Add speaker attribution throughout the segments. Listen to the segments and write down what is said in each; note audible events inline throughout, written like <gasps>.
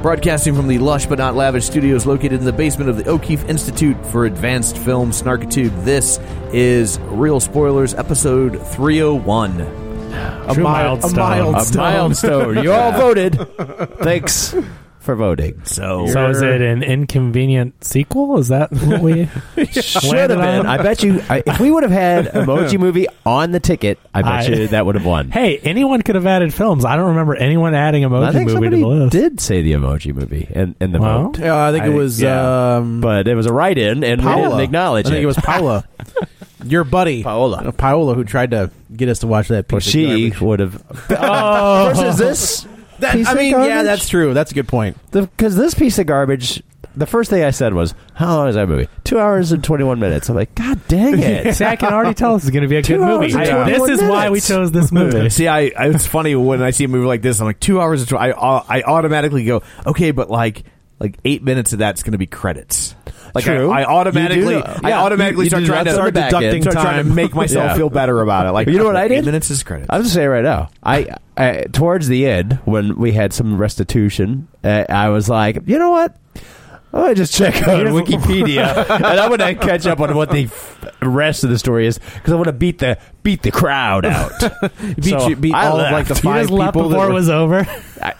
Speaker 1: Broadcasting from the lush but not lavish studios located in the basement of the O'Keefe Institute for Advanced Film Snarkitude, this is Real Spoilers, episode 301.
Speaker 2: a milestone.
Speaker 1: milestone.
Speaker 3: milestone. You
Speaker 1: <laughs>
Speaker 3: all voted. Thanks for voting.
Speaker 1: So,
Speaker 2: So is it an inconvenient sequel? Is that what we
Speaker 3: Should have been. I bet you. I, if we would have
Speaker 1: <laughs>
Speaker 3: had Emoji Movie on the ticket, I bet
Speaker 2: I-
Speaker 3: you that would have won.
Speaker 2: Hey, anyone could have added films. I don't remember anyone adding emoji
Speaker 3: I think
Speaker 2: movie to
Speaker 3: somebody
Speaker 2: the list.
Speaker 3: did Oh, say the Emoji Movie and in the
Speaker 2: Well,
Speaker 3: vote,
Speaker 1: yeah, I think it was
Speaker 3: yeah.
Speaker 1: um,
Speaker 3: but it was a write-in, and we didn't
Speaker 1: Paola.
Speaker 3: acknowledge
Speaker 1: I think it was <laughs> Paola, your buddy Uh,
Speaker 3: Paola.
Speaker 1: Paola, who tried to get us to watch that. Piece
Speaker 3: Well,
Speaker 1: of
Speaker 3: she
Speaker 1: garbage. <laughs>
Speaker 3: would have.
Speaker 2: Oh.
Speaker 3: Versus this.
Speaker 1: That-
Speaker 3: piece
Speaker 1: I
Speaker 3: of
Speaker 1: mean, yeah,
Speaker 3: garbage?
Speaker 1: that's true. That's a good point.
Speaker 3: because this piece of garbage. The first thing I said was, "How long is that movie? Two hours and twenty-one minutes." I'm like, "God dang
Speaker 1: <laughs>
Speaker 3: it!"
Speaker 2: <laughs> See, I can already tell this is going to be a
Speaker 3: Two
Speaker 2: good
Speaker 3: hours
Speaker 2: movie.
Speaker 3: and
Speaker 2: I- this
Speaker 3: 21
Speaker 2: is why we
Speaker 3: minutes.
Speaker 2: chose this
Speaker 3: <laughs>
Speaker 2: movie.
Speaker 4: See, I, I it's funny when I see a movie like this. I'm like two hours. Of, tw- I I automatically go okay, but like like eight minutes of that's going to be credits. Like I-
Speaker 3: True.
Speaker 4: I,
Speaker 3: You
Speaker 4: automatically,
Speaker 3: do-
Speaker 4: I
Speaker 3: yeah.
Speaker 4: automatically
Speaker 3: You-
Speaker 4: start
Speaker 3: you do
Speaker 4: trying
Speaker 3: that
Speaker 4: to
Speaker 3: on
Speaker 4: start
Speaker 3: the back
Speaker 4: deducting,
Speaker 3: end.
Speaker 4: start trying to
Speaker 3: <laughs>
Speaker 4: make myself
Speaker 3: Yeah.
Speaker 4: feel better about it. Like
Speaker 3: You know what I
Speaker 4: okay,
Speaker 3: did?
Speaker 4: Eight minutes is credits.
Speaker 3: I'm just saying right now. I, I towards the end when we had some restitution, uh, I was like, you know what? I'm gonna just check out Wikipedia, <laughs> and I'm gonna catch up on what the f- rest of the story is because I want to beat the beat the crowd out. beat
Speaker 1: you- beat all of, like, the
Speaker 2: <laughs> you just left before it was
Speaker 3: <laughs>
Speaker 2: over.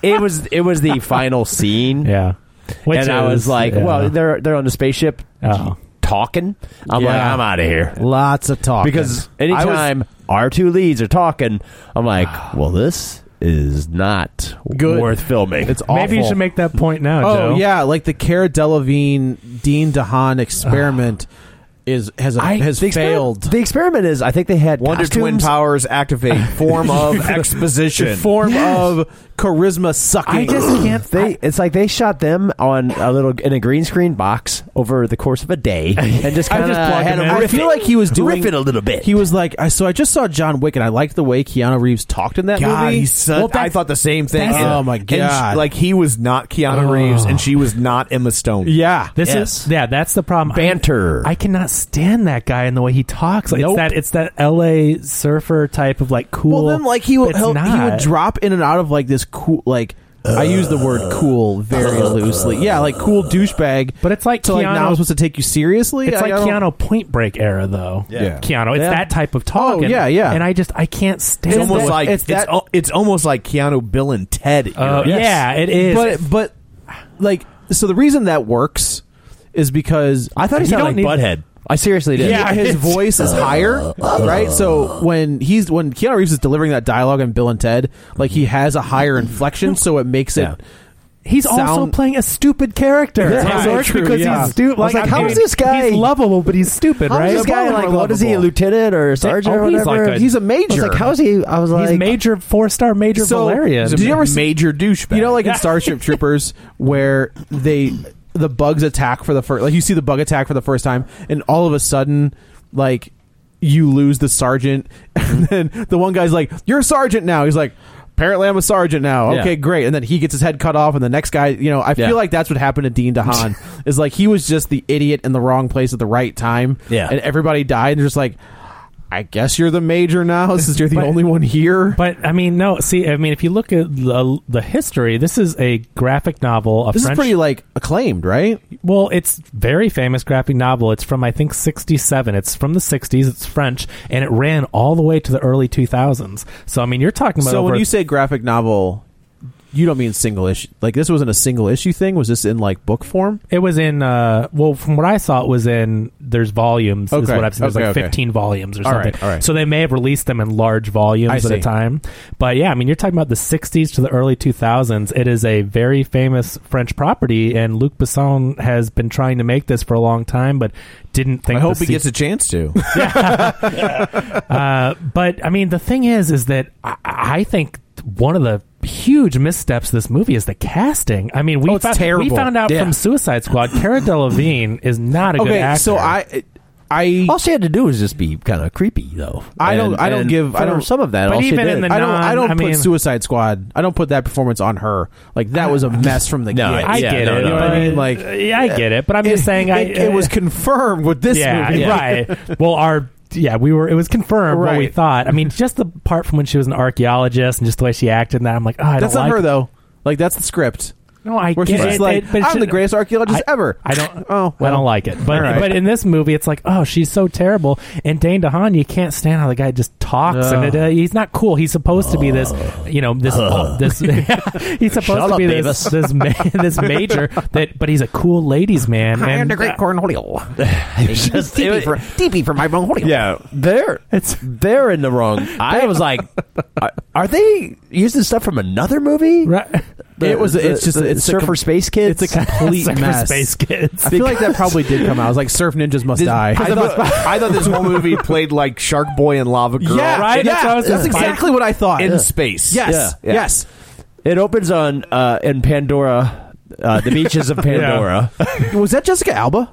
Speaker 3: it was it was the final scene,
Speaker 2: yeah. Which
Speaker 3: and I was
Speaker 2: is-
Speaker 3: like,
Speaker 2: yeah.
Speaker 3: well, they're they're on the spaceship
Speaker 2: Oh.
Speaker 3: talking. I'm like,
Speaker 1: Yeah.
Speaker 3: I'm out of here
Speaker 1: Lots of talk
Speaker 3: because anytime our two leads are talking,
Speaker 1: <sighs>
Speaker 3: I'm like, well, this is not
Speaker 1: Good.
Speaker 3: worth filming.
Speaker 1: it's awful.
Speaker 2: maybe you should make that point now,
Speaker 1: Oh
Speaker 2: Joe.
Speaker 1: yeah, like the Cara Delevingne Dean DeHaan experiment is has a,
Speaker 3: I-
Speaker 1: has
Speaker 3: the experiment-
Speaker 1: failed.
Speaker 3: the experiment is, I think they had
Speaker 4: Wonder Twin
Speaker 3: costumes.
Speaker 4: powers activate
Speaker 3: <laughs>
Speaker 4: form of exposition.
Speaker 1: form of charisma sucking.
Speaker 2: I just can't.
Speaker 3: They, it's like they shot them on a little in a green screen box over the course of
Speaker 1: <laughs>
Speaker 3: a day and just
Speaker 1: I
Speaker 3: kind of
Speaker 1: just plugged
Speaker 3: had
Speaker 1: him in.
Speaker 3: them
Speaker 1: I
Speaker 3: riff
Speaker 1: feel
Speaker 3: it-
Speaker 1: like he was doing-
Speaker 3: riff it a little bit.
Speaker 1: He was like, I, so I just saw John Wick, and I liked the way Keanu Reeves talked in that
Speaker 4: God,
Speaker 1: movie.
Speaker 4: he's such, I thought the same thing.
Speaker 1: that's- Oh, my
Speaker 4: And she-
Speaker 1: God.
Speaker 4: like he was not Keanu Reeves, and she was not Emma Stone.
Speaker 1: yeah,
Speaker 2: This
Speaker 3: Yes.
Speaker 2: is yeah. That's the problem.
Speaker 3: Banter.
Speaker 2: I, I cannot stand that guy and the way he talks. Like,
Speaker 1: Nope.
Speaker 2: It's that it's that L.A. surfer type of like cool.
Speaker 1: well, then like he would
Speaker 2: It's
Speaker 1: he'll- he would
Speaker 2: not.
Speaker 1: drop in and out of like this cool like. I use the word "cool" very loosely. Yeah, like cool douchebag.
Speaker 2: But it's like
Speaker 1: to like
Speaker 2: Keanu-
Speaker 1: now I'm supposed to take you seriously.
Speaker 2: It's
Speaker 1: I-
Speaker 2: like
Speaker 1: I don't-
Speaker 2: Keanu Point Break era though.
Speaker 4: Yeah.
Speaker 2: Keanu. It's
Speaker 1: Yeah.
Speaker 2: that type of talk.
Speaker 1: Oh,
Speaker 2: and-
Speaker 1: yeah, yeah.
Speaker 2: And I just I can't stand.
Speaker 4: It's almost
Speaker 2: that.
Speaker 4: like
Speaker 1: it's
Speaker 4: it's
Speaker 1: that-
Speaker 4: al- it's almost like Keanu, Bill, and Ted.
Speaker 2: Uh,
Speaker 4: era.
Speaker 2: Yeah, it is.
Speaker 1: But but like so the reason that works is because
Speaker 3: I thought he
Speaker 2: You don't
Speaker 3: sounded
Speaker 2: need-
Speaker 3: like Butthead. I seriously did.
Speaker 1: yeah, his voice is higher, right? So when he's when Keanu Reeves is delivering that dialogue in Bill and Ted, like he has a higher inflection, so it makes it.
Speaker 2: he's also
Speaker 1: sound-
Speaker 2: playing a stupid character.
Speaker 1: Yeah,
Speaker 2: It
Speaker 1: right,
Speaker 2: works
Speaker 1: true,
Speaker 2: because
Speaker 1: yeah.
Speaker 2: he's stupid.
Speaker 3: I was like, how is this guy-
Speaker 2: He's lovable, but he's stupid,
Speaker 3: How
Speaker 2: right?
Speaker 3: is this guy like? What is he, a lieutenant or a sergeant
Speaker 2: oh,
Speaker 3: or
Speaker 2: he's like
Speaker 3: whatever?
Speaker 2: a-
Speaker 1: He's a
Speaker 3: I was
Speaker 1: major.
Speaker 3: like, how is he? I was like,
Speaker 2: he's major four star major
Speaker 1: So,
Speaker 2: Valerian.
Speaker 1: did you ever see-
Speaker 4: major douchebag?
Speaker 1: You know, like in Starship Troopers, where they the bugs attack for the first, like you see the bug attack for the first time, and all of a sudden,
Speaker 5: Mm-hmm.
Speaker 1: like you lose the sergeant, and then the one guy's like, "You're sergeant now." He's like. "Pew,
Speaker 3: apparently I'm a sergeant now.
Speaker 5: Yeah.
Speaker 3: Okay, great. And then he gets his head cut off, and the next guy, you know, I
Speaker 5: Yeah.
Speaker 3: feel like that's what happened to Dean
Speaker 5: <laughs>
Speaker 3: DeHaan. is like he was just the idiot in the wrong place at the right time.
Speaker 5: Yeah.
Speaker 3: and everybody died, and they're just like, I guess you're the major now since you're the only one here.
Speaker 2: But I mean, no. See, I mean, if you look at the, the history, this is a graphic novel. A
Speaker 3: this
Speaker 2: French,
Speaker 3: is pretty like acclaimed, right?
Speaker 2: Well, it's very famous graphic novel. It's from I think 67. It's from the 60s. It's French and it ran all the way to the early 2000s. So I mean, you're talking about
Speaker 3: So
Speaker 2: over
Speaker 3: when you say graphic novel, you don't mean single issue. Like this wasn't a single issue thing. Was this in like book form?
Speaker 2: it was in uh well from what I saw it was in there's volumes is
Speaker 3: Okay.
Speaker 2: what I've seen. There's
Speaker 3: Okay,
Speaker 2: like
Speaker 3: okay.
Speaker 2: 15 volumes or
Speaker 3: All
Speaker 2: something.
Speaker 3: right, all right.
Speaker 2: So they may have released them in large
Speaker 3: I
Speaker 2: volumes at a
Speaker 3: see.
Speaker 2: time. But yeah, I mean you're talking about the 60s to the early 2000s. It is a very famous French property and Luc Besson has been trying to make this for a long time but didn't think
Speaker 3: I hope
Speaker 2: the
Speaker 3: he gets a chance
Speaker 5: <laughs>
Speaker 3: to.
Speaker 2: But I mean, the thing is, is that I, I think one of the huge missteps of this movie is the casting. I mean, we,
Speaker 3: Oh, it's
Speaker 2: found, we
Speaker 3: terrible.
Speaker 2: found out
Speaker 3: Yeah.
Speaker 2: from Suicide Squad, Cara Delevingne is not a good
Speaker 3: okay,
Speaker 2: actor.
Speaker 3: so I, I
Speaker 5: All she had to do was just be kind of creepy, though.
Speaker 3: I don't-
Speaker 5: And-
Speaker 3: I don't
Speaker 5: and
Speaker 3: give- I
Speaker 5: for
Speaker 3: don't-
Speaker 5: some of that.
Speaker 2: But
Speaker 5: all she
Speaker 2: even in
Speaker 5: did-
Speaker 2: the
Speaker 3: I don't. I don't
Speaker 2: non- I
Speaker 3: put
Speaker 2: mean-
Speaker 3: Suicide Squad. I don't put that performance on her. Like that was a mess from the
Speaker 5: No,
Speaker 3: get.
Speaker 2: I
Speaker 5: Yeah,
Speaker 2: get
Speaker 5: no,
Speaker 2: it.
Speaker 5: no,
Speaker 2: but-
Speaker 3: I mean,
Speaker 2: <laughs>
Speaker 3: like-
Speaker 2: yeah, I get it. But I'm just saying, I, uh,
Speaker 3: it,
Speaker 2: <laughs>
Speaker 3: it <laughs> was confirmed with this
Speaker 2: yeah,
Speaker 3: movie.
Speaker 2: right. Well, our yeah, we were. It was confirmed what we
Speaker 3: Right.
Speaker 2: thought. I mean, just the part from when she was an archaeologist and just the way she acted. And that I'm like, oh, I
Speaker 3: That's
Speaker 2: don't
Speaker 3: not
Speaker 2: like
Speaker 3: her though. Like that's the script.
Speaker 2: No, I
Speaker 3: Where
Speaker 2: get
Speaker 3: she's
Speaker 2: it.
Speaker 3: just like,
Speaker 2: It- but it
Speaker 3: I'm the
Speaker 2: shouldn't-
Speaker 3: greatest archaeologist
Speaker 2: I-
Speaker 3: ever.
Speaker 2: I don't.
Speaker 3: <laughs> Oh,
Speaker 2: Oh, I
Speaker 3: well.
Speaker 2: don't like it. But
Speaker 3: All right.
Speaker 2: but in this movie, it's like, oh, she's so terrible. And Dane DeHaan, you can't stand how the guy just talks, and it, uh, he's not cool. He's supposed to be this, you know, this <laughs> this. he's supposed
Speaker 5: Shut
Speaker 2: to
Speaker 5: up,
Speaker 2: be this
Speaker 5: Davis.
Speaker 2: this ma- <laughs> this major that, but he's a cool ladies man.
Speaker 6: I am
Speaker 2: and uh,
Speaker 6: the great cornholio.
Speaker 5: It's just- uh, <laughs> it was-
Speaker 6: for, DP for my bronholio.
Speaker 5: <laughs> yeah, they're they're in the wrong. I
Speaker 3: <laughs>
Speaker 5: was like, are, are they using stuff from another movie?
Speaker 2: Right.
Speaker 5: The-
Speaker 3: It was-
Speaker 5: the-
Speaker 3: it's just-
Speaker 5: the
Speaker 3: it's a
Speaker 5: Surfer
Speaker 3: com-
Speaker 5: Space Kids.
Speaker 3: <laughs> It's a
Speaker 5: <laughs>
Speaker 3: complete
Speaker 2: Sucker
Speaker 3: mess.
Speaker 2: Space kids.
Speaker 3: I feel like that probably did come out. I was like, Surf Ninjas Must
Speaker 5: Did-
Speaker 3: Die.
Speaker 5: I
Speaker 3: <laughs>
Speaker 5: thought- <laughs>
Speaker 3: I thought this whole movie played like Shark Boy and Lava Girl.
Speaker 2: Yeah, right?
Speaker 3: Yeah,
Speaker 2: That's what I was
Speaker 3: that's
Speaker 2: gonna-
Speaker 3: exactly what I thought.
Speaker 5: Yeah.
Speaker 3: space. Yes.
Speaker 5: Yeah.
Speaker 3: Yes.
Speaker 5: It opens on uh, in Pandora, uh, the beaches
Speaker 3: <laughs>
Speaker 5: of Pandora.
Speaker 3: Was that Jessica Alba?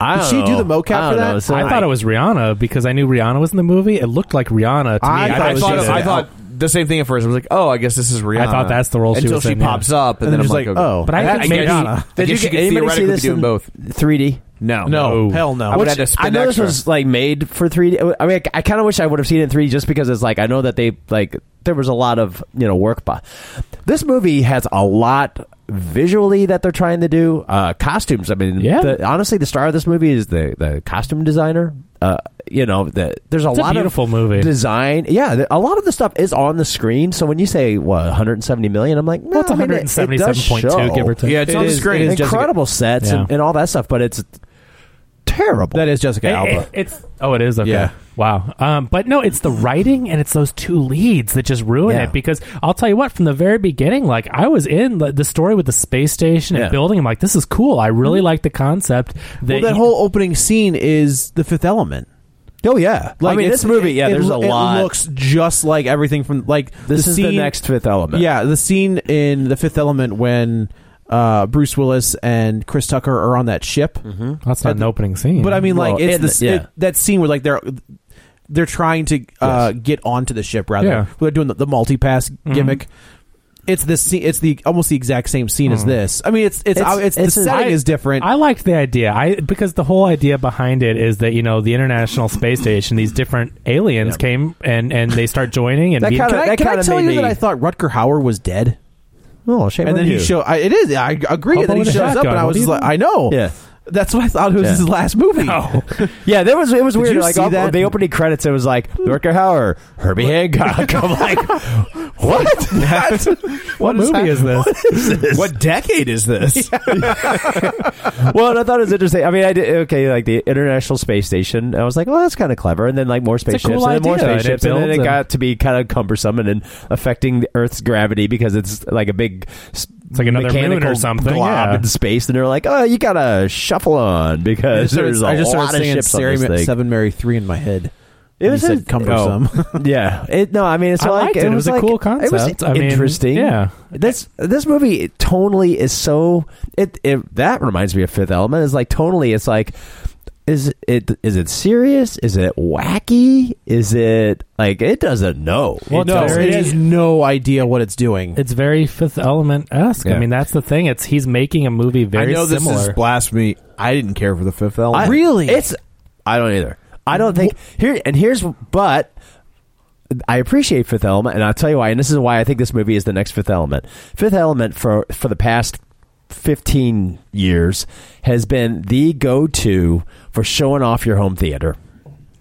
Speaker 5: I
Speaker 3: Did
Speaker 5: don't
Speaker 3: she do
Speaker 5: know.
Speaker 3: the mocap
Speaker 5: I don't
Speaker 3: for that?
Speaker 5: know. So
Speaker 2: I thought it was Rihanna because I knew Rihanna was in the movie. It looked like Rihanna to me.
Speaker 3: I
Speaker 2: she
Speaker 3: thought-
Speaker 2: did
Speaker 3: I
Speaker 2: it.
Speaker 3: thought
Speaker 7: the same thing at first. I was like, oh, I guess this is Rihanna.
Speaker 2: I thought that's the role she
Speaker 7: Until
Speaker 2: was
Speaker 7: she
Speaker 2: in, yeah.
Speaker 7: pops up, and then I'm
Speaker 3: just
Speaker 7: like,
Speaker 3: like,
Speaker 7: okay.
Speaker 3: oh.
Speaker 2: But I
Speaker 3: That-
Speaker 2: think maybe-
Speaker 3: Rihanna.
Speaker 7: I
Speaker 5: Did
Speaker 7: guess
Speaker 5: you
Speaker 7: you could
Speaker 5: anybody see
Speaker 7: theoretically be
Speaker 5: this
Speaker 7: doing
Speaker 5: in
Speaker 7: both.
Speaker 5: 3D?
Speaker 7: No.
Speaker 3: No. Hell no.
Speaker 7: I would have
Speaker 5: Which
Speaker 7: to
Speaker 5: I
Speaker 7: spend
Speaker 5: know
Speaker 7: extra.
Speaker 5: this was like made for 3D. I mean, I, I kind of wish I would have seen it in 3D just because it's like I know that they like there was a lot of you know work. But this movie has a lot visually that they're trying to do. Uh, costumes. I mean,
Speaker 2: Yeah.
Speaker 5: the- honestly, the star of this movie is the the costume designer. Uh, you know, the, there's
Speaker 2: a
Speaker 5: a lot
Speaker 2: beautiful
Speaker 5: of
Speaker 2: movie.
Speaker 5: design. Yeah, the- a lot of the stuff is on the screen. So when you say what 170 million, I'm like, no,
Speaker 2: Well, it's
Speaker 5: I mean, it- it does
Speaker 2: 177.2 give or take.
Speaker 3: Yeah, it's
Speaker 5: It
Speaker 3: on the
Speaker 5: is-
Speaker 3: screen.
Speaker 5: it is
Speaker 3: It is
Speaker 5: incredible sets and,
Speaker 2: Yeah.
Speaker 5: and all that stuff, but it's terrible.
Speaker 3: That is Jessica
Speaker 2: It-
Speaker 3: Alba.
Speaker 2: it- Eh, it's oh, it is okay.
Speaker 3: Yeah.
Speaker 2: Wow. Um, but no, it's the writing and it's those two leads that just ruin
Speaker 5: Yeah.
Speaker 2: it. Because I'll tell you what, from the very beginning, like I was in the, the story with the space station and
Speaker 5: Yeah.
Speaker 2: building. I'm like, this is cool. I really like the concept.
Speaker 3: Mhm. well, that whole opening scene is the Fifth Element.
Speaker 5: Oh yeah, I mean
Speaker 3: it's-
Speaker 5: this movie. Yeah,
Speaker 3: it-
Speaker 5: there's a
Speaker 3: it
Speaker 5: lot.
Speaker 3: looks just like everything from like
Speaker 5: this
Speaker 3: the
Speaker 5: is
Speaker 3: scene,
Speaker 5: the next Fifth Element.
Speaker 3: Yeah, the scene in the Fifth Element when uh, Bruce Willis and Chris Tucker are on that ship.
Speaker 5: Mm-hmm.
Speaker 2: that's not an opening scene.
Speaker 3: But I mean, like
Speaker 5: Well,
Speaker 3: it's
Speaker 5: in
Speaker 3: this
Speaker 5: the- yeah.
Speaker 3: it- that scene where like they're they're trying to uh, get onto the ship rather.
Speaker 2: Yeah.
Speaker 3: Where they're doing the, the multi pass
Speaker 5: Mm-hmm.
Speaker 3: gimmick. It's this. scene- It's the almost the exact same scene as this. I mean, it's it's
Speaker 5: Mm-hmm. It's-
Speaker 3: it's, it's,
Speaker 5: it's
Speaker 3: the
Speaker 5: a-
Speaker 3: setting
Speaker 2: I-
Speaker 3: is different.
Speaker 2: I liked the idea. I because the whole idea behind it is that you know the International Space Station, these different aliens came and and they start joining and
Speaker 5: That
Speaker 2: meeting-
Speaker 5: kinda-
Speaker 3: can I,
Speaker 5: that
Speaker 3: can I
Speaker 5: kinda
Speaker 3: tell
Speaker 5: made
Speaker 3: you
Speaker 5: me-
Speaker 3: that I thought Rutger Hauer was dead?
Speaker 5: Oh, shame
Speaker 3: and
Speaker 5: on
Speaker 3: then
Speaker 5: you.
Speaker 3: he show. I, it is. I agree.
Speaker 2: How
Speaker 3: And then he
Speaker 2: about
Speaker 3: shows
Speaker 2: with a
Speaker 3: up, and
Speaker 2: shotgun?
Speaker 3: I
Speaker 2: What
Speaker 3: was
Speaker 2: do you
Speaker 3: just like,
Speaker 2: think?
Speaker 3: I know.
Speaker 5: Yeah.
Speaker 3: That's what I thought it was
Speaker 5: Yeah.
Speaker 3: his last movie. <laughs>
Speaker 5: yeah, there was it was weird.
Speaker 3: you
Speaker 5: like
Speaker 3: see
Speaker 5: all-
Speaker 3: that?
Speaker 5: the opening credits, it was like Rutger Hauer, Herbie Hancock. I'm like,
Speaker 3: <laughs>
Speaker 5: <laughs> what?
Speaker 2: what movie is this?
Speaker 3: What decade is this?
Speaker 5: <laughs> well, and I thought it was interesting. I mean, I did okay, like the International Space Station. I was like, well, that's kind of clever. And then like more spaceships,
Speaker 2: cool
Speaker 5: and then more
Speaker 2: idea, and it
Speaker 5: spaceships, and, then
Speaker 2: builds
Speaker 5: it
Speaker 2: a-
Speaker 5: got to be kind of cumbersome and then affecting the Earth's gravity because it's like a big. It's
Speaker 2: like another moon or something,
Speaker 5: glob
Speaker 2: yeah.
Speaker 5: in space, and they're like, "Oh, you gotta shuffle on because there's a
Speaker 3: I just started
Speaker 5: lot of
Speaker 3: singing
Speaker 5: ships on
Speaker 3: Sarah
Speaker 5: this
Speaker 3: Ma-
Speaker 5: thing."
Speaker 3: Seven Mary Three in my head.
Speaker 5: It was
Speaker 3: you said
Speaker 5: a-
Speaker 3: cumbersome.
Speaker 5: oh. yeah. It, no, I mean it's
Speaker 2: I
Speaker 5: like
Speaker 2: liked it. It was a
Speaker 5: like-
Speaker 2: cool
Speaker 5: It was
Speaker 2: concept. I mean,
Speaker 5: interesting.
Speaker 2: yeah.
Speaker 5: This this movie it tonally is so it, it that reminds me of Fifth Element. It's like tonally it's like is it is it serious? Is it wacky? Is it like it doesn't know?
Speaker 2: Well,
Speaker 3: no,
Speaker 2: it's very-
Speaker 3: it has no idea what it's doing.
Speaker 2: It's very Fifth Element esque. I
Speaker 1: Yeah.
Speaker 2: mean, that's the thing. It's he's making a movie
Speaker 1: I
Speaker 2: very
Speaker 1: know this
Speaker 2: similar.
Speaker 1: is blasphemy. I didn't care for the Fifth Element.
Speaker 5: I-
Speaker 3: Really?
Speaker 5: It's I don't either. I don't think here and here's but I appreciate Fifth Element, and I'll tell you why. And this is why I think this movie is the next Fifth Element. Fifth Element for for the past fifteen years has been the go to for showing off your home theater.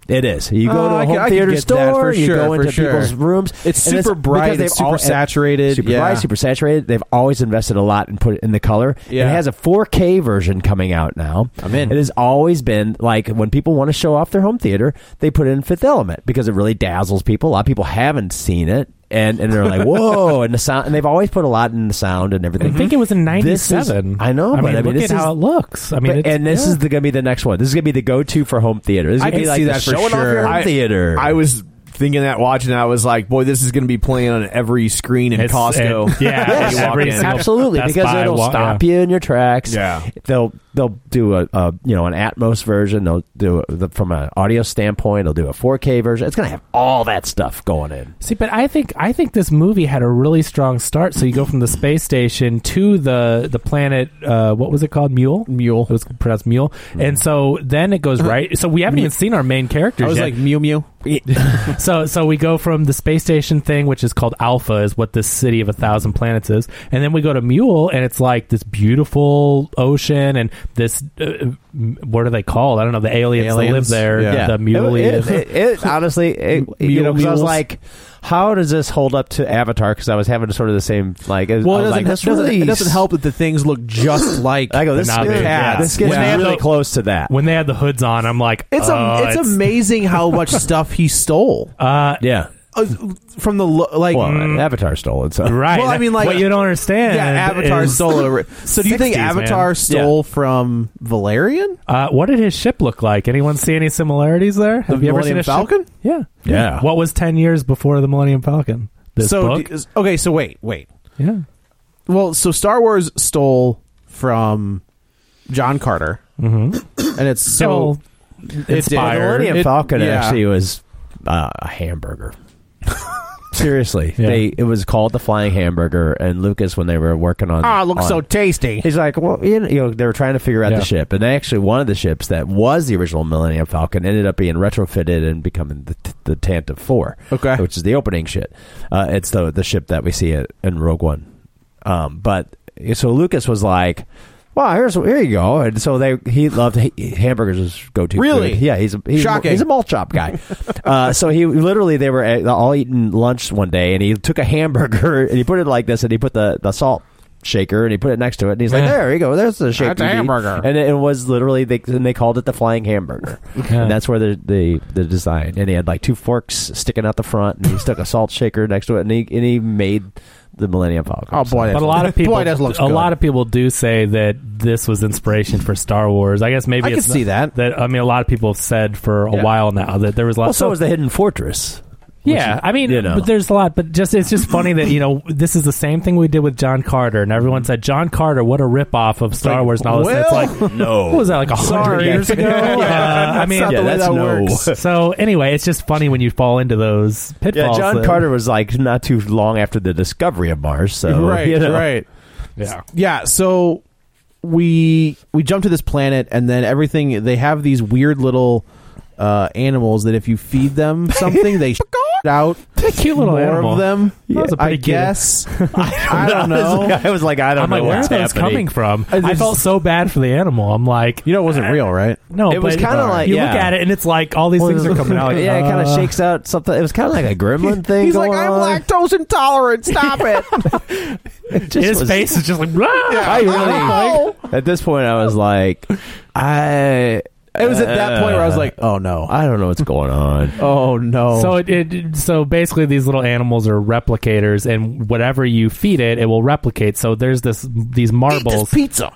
Speaker 5: It is. You go
Speaker 3: Oh,
Speaker 5: to a
Speaker 3: I
Speaker 5: home
Speaker 3: can- I can
Speaker 5: theater
Speaker 3: get that
Speaker 5: store.
Speaker 3: for
Speaker 5: you
Speaker 3: sure,
Speaker 5: go
Speaker 3: for
Speaker 5: into
Speaker 3: sure.
Speaker 5: people's rooms.
Speaker 3: It's
Speaker 5: and
Speaker 3: super bright,
Speaker 5: because they've
Speaker 3: it's super saturated,
Speaker 5: Super
Speaker 3: yeah.
Speaker 5: bright, super saturated. They've always invested a lot and put it in the color.
Speaker 3: Yeah.
Speaker 5: It has a 4K version coming out now.
Speaker 3: I'm in.
Speaker 5: It has always been like when people want to show off their home theater, they put in Fifth Element because it really dazzles people. A lot of people haven't seen it. And, and they're like whoa and the sound and they've always put a lot in the sound and
Speaker 2: I
Speaker 5: everything.
Speaker 2: think it was in
Speaker 5: Mm-hmm. This is-
Speaker 2: '97.
Speaker 5: I know,
Speaker 2: I
Speaker 5: but
Speaker 2: mean,
Speaker 5: I mean,
Speaker 2: look
Speaker 5: this
Speaker 2: at how
Speaker 5: is-
Speaker 2: it looks. I mean,
Speaker 5: But-
Speaker 2: it's-
Speaker 5: and this
Speaker 2: yeah.
Speaker 5: is the, gonna be the next one. This is gonna be the go to for home theater. This is
Speaker 1: I can
Speaker 5: gonna be like
Speaker 1: see
Speaker 5: the
Speaker 1: that for
Speaker 5: showing off
Speaker 1: sure.
Speaker 5: your home
Speaker 1: I-
Speaker 5: theater.
Speaker 1: I was thinking that watching. it, I was like, boy, this is going to be playing on every screen in
Speaker 2: It's-
Speaker 1: Costco.
Speaker 2: it- <laughs>
Speaker 3: <laughs>
Speaker 2: yeah,
Speaker 1: when
Speaker 2: Yes,
Speaker 1: you walk
Speaker 2: every
Speaker 1: in.
Speaker 2: single-
Speaker 5: absolutely
Speaker 2: Best
Speaker 5: because
Speaker 2: Buy
Speaker 5: it'll
Speaker 2: wa-
Speaker 5: stop
Speaker 2: yeah.
Speaker 5: you in your tracks.
Speaker 1: Yeah.
Speaker 5: they'll they'll do a, a you know an Atmos version. They'll do a, the, from an audio standpoint. They'll do a 4K version. It's gonna have all that stuff going in.
Speaker 2: See, but I think I think this movie had a really strong start. So you go from the space station to the the planet. Uh, what was it called? Mule. Mule. It was pronounced Mule.
Speaker 5: Mm-hmm.
Speaker 2: And so then it
Speaker 5: <laughs>
Speaker 2: goes right. So we haven't even seen our main characters
Speaker 3: I was
Speaker 2: yet.
Speaker 3: like Mew Mew.
Speaker 2: so so we go from the space station thing, which is called Alpha, is what this city of a thousand planets is, and then we go to Mule, and it's like this beautiful ocean and this uh, m- what are they called? I don't know. The aliens, that live
Speaker 3: Aliens?
Speaker 2: there,
Speaker 3: Yeah.
Speaker 2: the Mule.
Speaker 5: It, it- it- honestly, it, you know, 'cause I was
Speaker 2: Mules.
Speaker 5: like, how does this hold up to Avatar? Because I was having sort of the same like. I was
Speaker 3: Well, it doesn't,
Speaker 5: like, this
Speaker 3: it doesn't-
Speaker 5: really
Speaker 3: it doesn't help that the things look <clears throat> just like.
Speaker 5: I go, this,
Speaker 2: But not
Speaker 5: is-
Speaker 2: big, yeah.
Speaker 5: this gets
Speaker 3: Yeah.
Speaker 5: really
Speaker 2: Real-
Speaker 5: close to that.
Speaker 2: when they had the hoods on, I'm like,
Speaker 3: It's a,
Speaker 2: oh,
Speaker 3: it's, amazing how <laughs> much stuff he stole
Speaker 2: Uh,
Speaker 5: yeah.
Speaker 3: Uh, from the lo- like.
Speaker 5: Well, Avatar stole it,
Speaker 3: <laughs>
Speaker 5: so
Speaker 2: Right.
Speaker 3: Well, I
Speaker 2: That-
Speaker 3: mean, like-
Speaker 2: what you don't understand.
Speaker 3: yeah, Avatar
Speaker 2: is-
Speaker 3: stole. Over. <laughs> So do you think
Speaker 2: 60s, man.
Speaker 3: Avatar stole from Valerian?
Speaker 2: Uh, what did his ship look like? Anyone see any similarities there? Have
Speaker 3: The
Speaker 2: you ever
Speaker 3: Millennium
Speaker 2: seen a
Speaker 3: Falcon?
Speaker 2: Ship? Yeah.
Speaker 5: Yeah.
Speaker 2: What was ten years before the Millennium Falcon? This
Speaker 3: so
Speaker 2: book.
Speaker 3: d- is- okay, so wait, wait.
Speaker 2: yeah.
Speaker 3: Well, so Star Wars stole from John Carter, mm-hmm. and it's so
Speaker 2: So inspired.
Speaker 5: Millennium
Speaker 3: It-
Speaker 5: Falcon
Speaker 3: yeah.
Speaker 5: actually was uh,
Speaker 3: <laughs>
Speaker 5: a hamburger. Seriously,
Speaker 2: Yeah.
Speaker 5: they it was called the Flying Hamburger, and Lucas when they were working on
Speaker 3: ah, it looks
Speaker 5: on-
Speaker 3: so tasty.
Speaker 5: He's like, well, you know, you know, they were trying to figure out
Speaker 2: Yeah.
Speaker 5: the ship, and actually, one of the ships that was the original Millennium Falcon ended up being retrofitted and becoming the the Tantive Four,
Speaker 3: Okay.
Speaker 5: which is the opening ship. Uh, it's the the ship that we see it in Rogue One. Um, but so Lucas was like, "Wow, here's here you go," and so they he loved he, hamburgers was go to
Speaker 3: Really?
Speaker 5: yeah he's a he's,
Speaker 3: Shocking.
Speaker 5: he's a malt shop guy. <laughs> uh, so he literally they were at- all eating lunch one day, and he took a hamburger <laughs> and he put it like this, and he put the the salt shaker and he put it next to it and he's like
Speaker 2: Yeah.
Speaker 5: there you go there's the shape
Speaker 3: That's a
Speaker 5: you need."
Speaker 3: hamburger.
Speaker 5: and it, it was literally they and they called it the flying hamburger and that's where the, the the design and he had like two forks sticking out the front and he stuck a salt shaker next to it and he and he made the millennium falcon
Speaker 3: Oh boy,
Speaker 2: But a lot of people,
Speaker 3: <laughs> Boy, that looks
Speaker 2: a
Speaker 3: good.
Speaker 2: lot of people do say that this was inspiration for Star Wars. I guess maybe
Speaker 3: I
Speaker 2: it's
Speaker 3: can
Speaker 2: not-
Speaker 3: see that.
Speaker 2: That I mean, a lot of people have said for a
Speaker 5: Yeah.
Speaker 2: while now that there was lots.
Speaker 5: well so
Speaker 2: of
Speaker 5: was the hidden fortress
Speaker 2: Yeah,
Speaker 5: Which,
Speaker 2: I mean,
Speaker 5: you know.
Speaker 2: but there's a lot, but just it's just funny that you know this is the same thing we did with John Carter, and everyone said John Carter, what a ripoff of Star Wars and all this. and it's
Speaker 3: <laughs>
Speaker 2: like,
Speaker 5: no
Speaker 2: what was that like a hundred
Speaker 3: Sorry.
Speaker 2: years
Speaker 3: <laughs>
Speaker 2: ago? Uh, I mean,
Speaker 5: yeah, that's no <laughs>
Speaker 2: <laughs> so anyway, it's just funny when you fall into those
Speaker 5: yeah
Speaker 2: pitfalls.
Speaker 5: john
Speaker 2: that-
Speaker 5: carter was like not too long after the discovery of mars
Speaker 3: <laughs>
Speaker 5: so
Speaker 3: right,
Speaker 5: you know.
Speaker 3: right.
Speaker 2: Yeah.
Speaker 3: Yeah, so we we jump to this planet and then everything they have these weird little uh, animals that if you feed <laughs> them something they shit out
Speaker 2: cute little
Speaker 3: more
Speaker 2: animal.
Speaker 3: of them.
Speaker 2: That was a
Speaker 3: I
Speaker 2: pretty cute-
Speaker 3: guess. <laughs> I don't know.
Speaker 5: I was like, I don't
Speaker 2: I'm
Speaker 5: know
Speaker 2: like, where are
Speaker 5: what's
Speaker 2: those
Speaker 5: happening.
Speaker 2: coming from?
Speaker 3: I
Speaker 2: I
Speaker 3: just-
Speaker 2: felt so bad for the animal. I'm like,
Speaker 3: You know, it wasn't real, right?
Speaker 2: no,
Speaker 5: It was
Speaker 2: but uh,
Speaker 5: kinda like-
Speaker 2: you look
Speaker 5: yeah.
Speaker 2: at it and it's like all these things are coming <laughs> out.
Speaker 5: yeah, it kind
Speaker 2: Uh,
Speaker 5: of shakes out something. It was kind
Speaker 3: <laughs>
Speaker 5: of like a gremlin thing.
Speaker 3: He's like,
Speaker 5: going
Speaker 3: I'm
Speaker 5: on.
Speaker 3: lactose intolerant.
Speaker 2: <laughs>
Speaker 3: Stop <laughs> it.
Speaker 5: It just
Speaker 2: His
Speaker 5: was-
Speaker 2: face is just like, "Rah!"
Speaker 3: <laughs>
Speaker 5: I really. At this point, I was like, I.
Speaker 3: Oh. It was at that point where I was like,
Speaker 5: oh no, I don't know what's going on.
Speaker 3: <laughs> Oh no.
Speaker 2: So it, it so basically these little animals are replicators, and whatever you feed it, it will replicate. So there's this these marbles.
Speaker 3: pizza.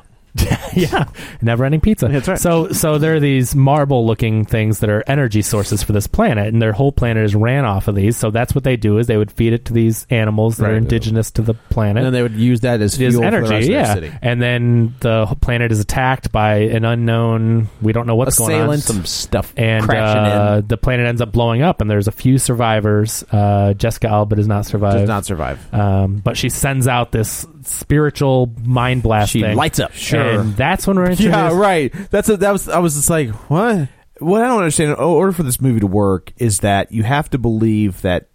Speaker 2: <laughs> yeah, never ending pizza. That's right. So, so there are these marble looking things that are energy sources for this planet, and their whole planet is ran off of these. So that's what they do is they would feed it to these animals that are
Speaker 3: Right.
Speaker 2: indigenous to the planet,
Speaker 3: And then they would use that as
Speaker 2: It is
Speaker 3: fuel for the
Speaker 2: energy.
Speaker 3: rest of their
Speaker 2: yeah,
Speaker 3: city.
Speaker 2: and then the whole planet is attacked by an unknown. We don't know what's going on.
Speaker 3: Assailant, some stuff
Speaker 2: and
Speaker 3: crashing
Speaker 2: uh, the planet ends up blowing up, and there's a few survivors. Uh, Jessica Alba does not survive.
Speaker 3: uh,
Speaker 8: Does not survive.
Speaker 2: Um, but she sends out this spiritual mind blast.
Speaker 8: She
Speaker 2: thing.
Speaker 8: lights up. Sure.
Speaker 2: and that's when we're
Speaker 3: <laughs>
Speaker 2: introduced.
Speaker 1: Yeah, right. That's a, that was. I was just like, what? What I don't understand. In order for this movie to work, is that you have to believe that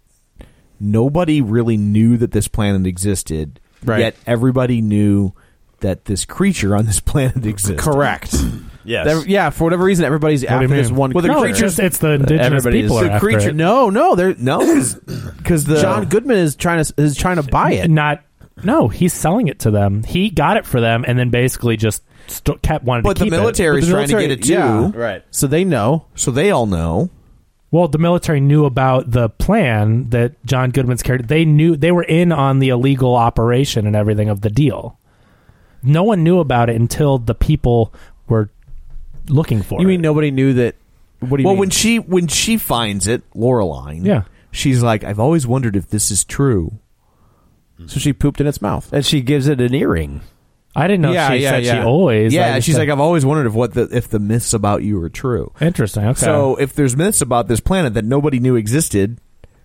Speaker 1: nobody really knew that this planet existed.
Speaker 3: Right.
Speaker 1: Yet everybody knew that this creature on this <laughs> planet existed.
Speaker 3: Correct.
Speaker 5: <clears throat> Yes.
Speaker 3: There- yeah, for whatever reason, everybody's after this one
Speaker 2: well, the
Speaker 3: creature.
Speaker 2: creatures, it's, the indigenous
Speaker 3: Everybody is-
Speaker 2: people. are
Speaker 3: the
Speaker 2: after
Speaker 3: creature.
Speaker 2: it.
Speaker 3: No, no, they're
Speaker 1: No,
Speaker 3: <clears throat>
Speaker 1: uh, because the
Speaker 3: John Goodman is trying to is trying to buy it.
Speaker 2: not. No, he's selling it to them. He got it for them, and then basically just st- kept wanted
Speaker 1: but
Speaker 2: to
Speaker 1: the
Speaker 2: keep
Speaker 1: military
Speaker 2: it.
Speaker 1: is
Speaker 3: But
Speaker 1: trying
Speaker 3: the
Speaker 1: to get
Speaker 3: military-
Speaker 1: it too.
Speaker 3: yeah.
Speaker 5: Right.
Speaker 3: So they know.
Speaker 1: So they all know.
Speaker 2: Well, the military knew about the plan that John Goodman's character. They knew they were in on the illegal operation and everything of the deal. No one knew about it until the people were looking for
Speaker 3: You
Speaker 2: it.
Speaker 3: mean nobody knew that? What do you
Speaker 1: Well,
Speaker 3: mean?
Speaker 1: when she when she finds it, Loreline.
Speaker 2: Yeah.
Speaker 1: She's like, I've always wondered if this is true.
Speaker 3: so she pooped in its mouth.
Speaker 5: And she gives it an earring.
Speaker 2: I didn't know
Speaker 3: Yeah,
Speaker 2: she
Speaker 3: yeah,
Speaker 2: said she
Speaker 3: yeah.
Speaker 2: always. I
Speaker 1: yeah,
Speaker 2: just
Speaker 1: she's
Speaker 2: said-
Speaker 1: like, I've always wondered if what the, if the myths about you are true.
Speaker 2: interesting. Okay,
Speaker 1: So if there's myths about this planet that nobody knew existed,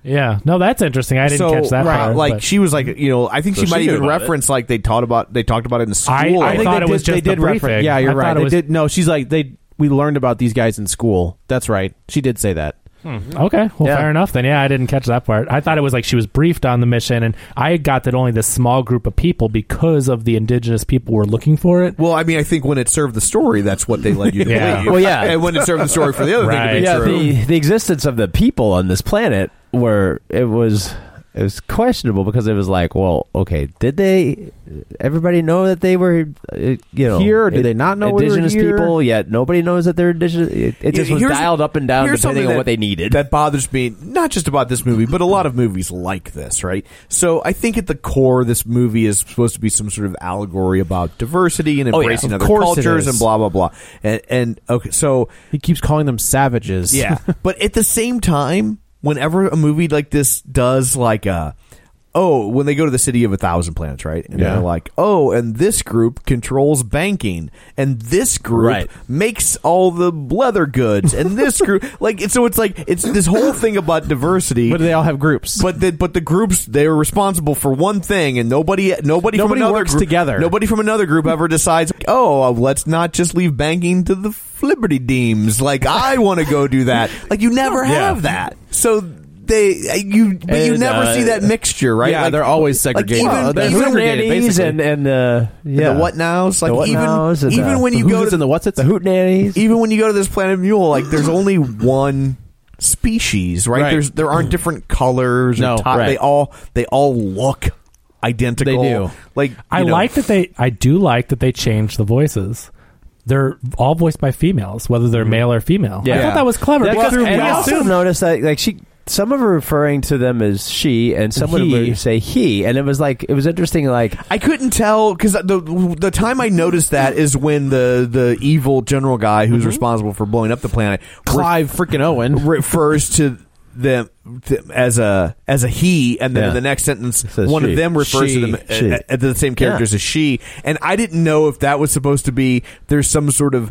Speaker 2: yeah, no, that's interesting. I didn't
Speaker 3: Oh,
Speaker 1: so
Speaker 2: catch that.
Speaker 1: right,
Speaker 2: part,
Speaker 1: like
Speaker 2: but-
Speaker 1: she was like, you know, I think
Speaker 5: So
Speaker 1: she might
Speaker 5: she knew
Speaker 1: even
Speaker 5: about it.
Speaker 1: reference like they taught about they talked about it in school.
Speaker 2: I- I
Speaker 1: think-
Speaker 2: thought
Speaker 3: they
Speaker 2: it was
Speaker 3: did,
Speaker 2: just the
Speaker 3: they did reference-
Speaker 2: briefing.
Speaker 3: Yeah, you're
Speaker 2: I thought
Speaker 3: right.
Speaker 2: it
Speaker 3: They
Speaker 2: was-
Speaker 3: did. No, she's like they. We learned about these guys in school. That's right. She did say that.
Speaker 2: Okay, well,
Speaker 3: Yeah.
Speaker 2: fair enough then. Yeah, I didn't catch that part. I thought it was like she was briefed on the mission, and I got that only this small group of people because of the indigenous people were looking for it.
Speaker 1: well, I mean, I think when it served the story, that's what they led you to
Speaker 2: Yeah.
Speaker 1: believe.
Speaker 5: Well, yeah.
Speaker 1: and when it served the story for the other thing to
Speaker 2: Right.
Speaker 1: be
Speaker 5: yeah,
Speaker 1: true.
Speaker 5: the the existence of the people on this planet were it was it was questionable because it was like, well, okay, did they? Everybody know that they were, uh, you know,
Speaker 3: Here, or did
Speaker 5: in-
Speaker 3: they not know we were
Speaker 5: indigenous
Speaker 3: here?
Speaker 5: people? Yet nobody knows that they're indigenous. It, it just was
Speaker 1: Here's-
Speaker 5: dialed up and down
Speaker 1: here's
Speaker 5: depending
Speaker 1: something
Speaker 5: on
Speaker 1: that-
Speaker 5: what they needed.
Speaker 1: That bothers me not just about this movie, but a lot of movies like this, right? So I think at the core, this movie is supposed to be some sort of allegory about diversity and
Speaker 5: Oh, yeah.
Speaker 1: embracing
Speaker 5: Of
Speaker 1: other
Speaker 5: course it
Speaker 1: cultures
Speaker 5: is.
Speaker 1: and blah blah blah. And, and okay, so
Speaker 3: He keeps calling them savages. <laughs>
Speaker 1: yeah, <laughs> but at the same time, whenever a movie like this does like a oh, when they go to the city of a thousand planets, right? And
Speaker 3: Yeah.
Speaker 1: they're like, oh, and this group controls banking, and this group
Speaker 5: Right.
Speaker 1: makes all the leather goods, and this group <laughs> like it's so it's like it's this whole thing about diversity.
Speaker 3: But they all have groups.
Speaker 1: But the, but the groups they are responsible for one thing, and nobody nobody, from
Speaker 3: Nobody
Speaker 1: another
Speaker 3: works
Speaker 1: group,
Speaker 3: together.
Speaker 1: Nobody from another group ever decides, oh, uh, let's not just leave banking to the Liberty Deems. Like
Speaker 3: <laughs>
Speaker 1: I want to go do that. Like you never have that. So. They uh, you but you
Speaker 5: And,
Speaker 1: never
Speaker 5: uh,
Speaker 1: see that mixture right
Speaker 3: yeah,
Speaker 1: like,
Speaker 3: they're always
Speaker 1: like,
Speaker 3: segregated.
Speaker 1: even,
Speaker 3: Well, they're
Speaker 1: even
Speaker 3: segregated,
Speaker 1: when-
Speaker 3: basically.
Speaker 5: nannies and and uh, yeah,
Speaker 1: the what nows like
Speaker 5: The what
Speaker 1: even
Speaker 5: nows and
Speaker 1: even
Speaker 5: the-
Speaker 1: when
Speaker 3: The
Speaker 1: you go
Speaker 3: who's
Speaker 1: to
Speaker 3: and the what's E-, it's
Speaker 5: the hoot nannies.
Speaker 1: even when you go to this planet mule like there's only one species right,
Speaker 3: Right.
Speaker 1: there's there aren't different colors
Speaker 3: No,
Speaker 1: or ty-
Speaker 3: right.
Speaker 1: they all they all look identical
Speaker 3: They do.
Speaker 1: like
Speaker 2: I
Speaker 1: you know,
Speaker 2: like that they. I do like that they changed the voices. They're all voiced by females, whether they're male or female. I
Speaker 5: Yeah.
Speaker 2: thought that was clever.
Speaker 5: That's
Speaker 2: because
Speaker 5: true.
Speaker 2: we
Speaker 5: and I also
Speaker 2: assume-
Speaker 5: noticed that like she some of her referring to them as she and someone
Speaker 3: He.
Speaker 5: would say he and it was like it was interesting like
Speaker 1: I couldn't tell because the the time I noticed that is when the the evil general guy who's
Speaker 2: Mm-hmm.
Speaker 1: responsible for blowing up the planet
Speaker 3: Clive freaking Owen.
Speaker 1: refers to them th- as a as a he, and then
Speaker 5: Yeah.
Speaker 1: in the next sentence,
Speaker 5: Says
Speaker 1: one
Speaker 5: she.
Speaker 1: of them refers to
Speaker 5: She.
Speaker 1: them a-
Speaker 5: She.
Speaker 1: a- as the same characters as she. And I didn't know if that was supposed to be there's some sort of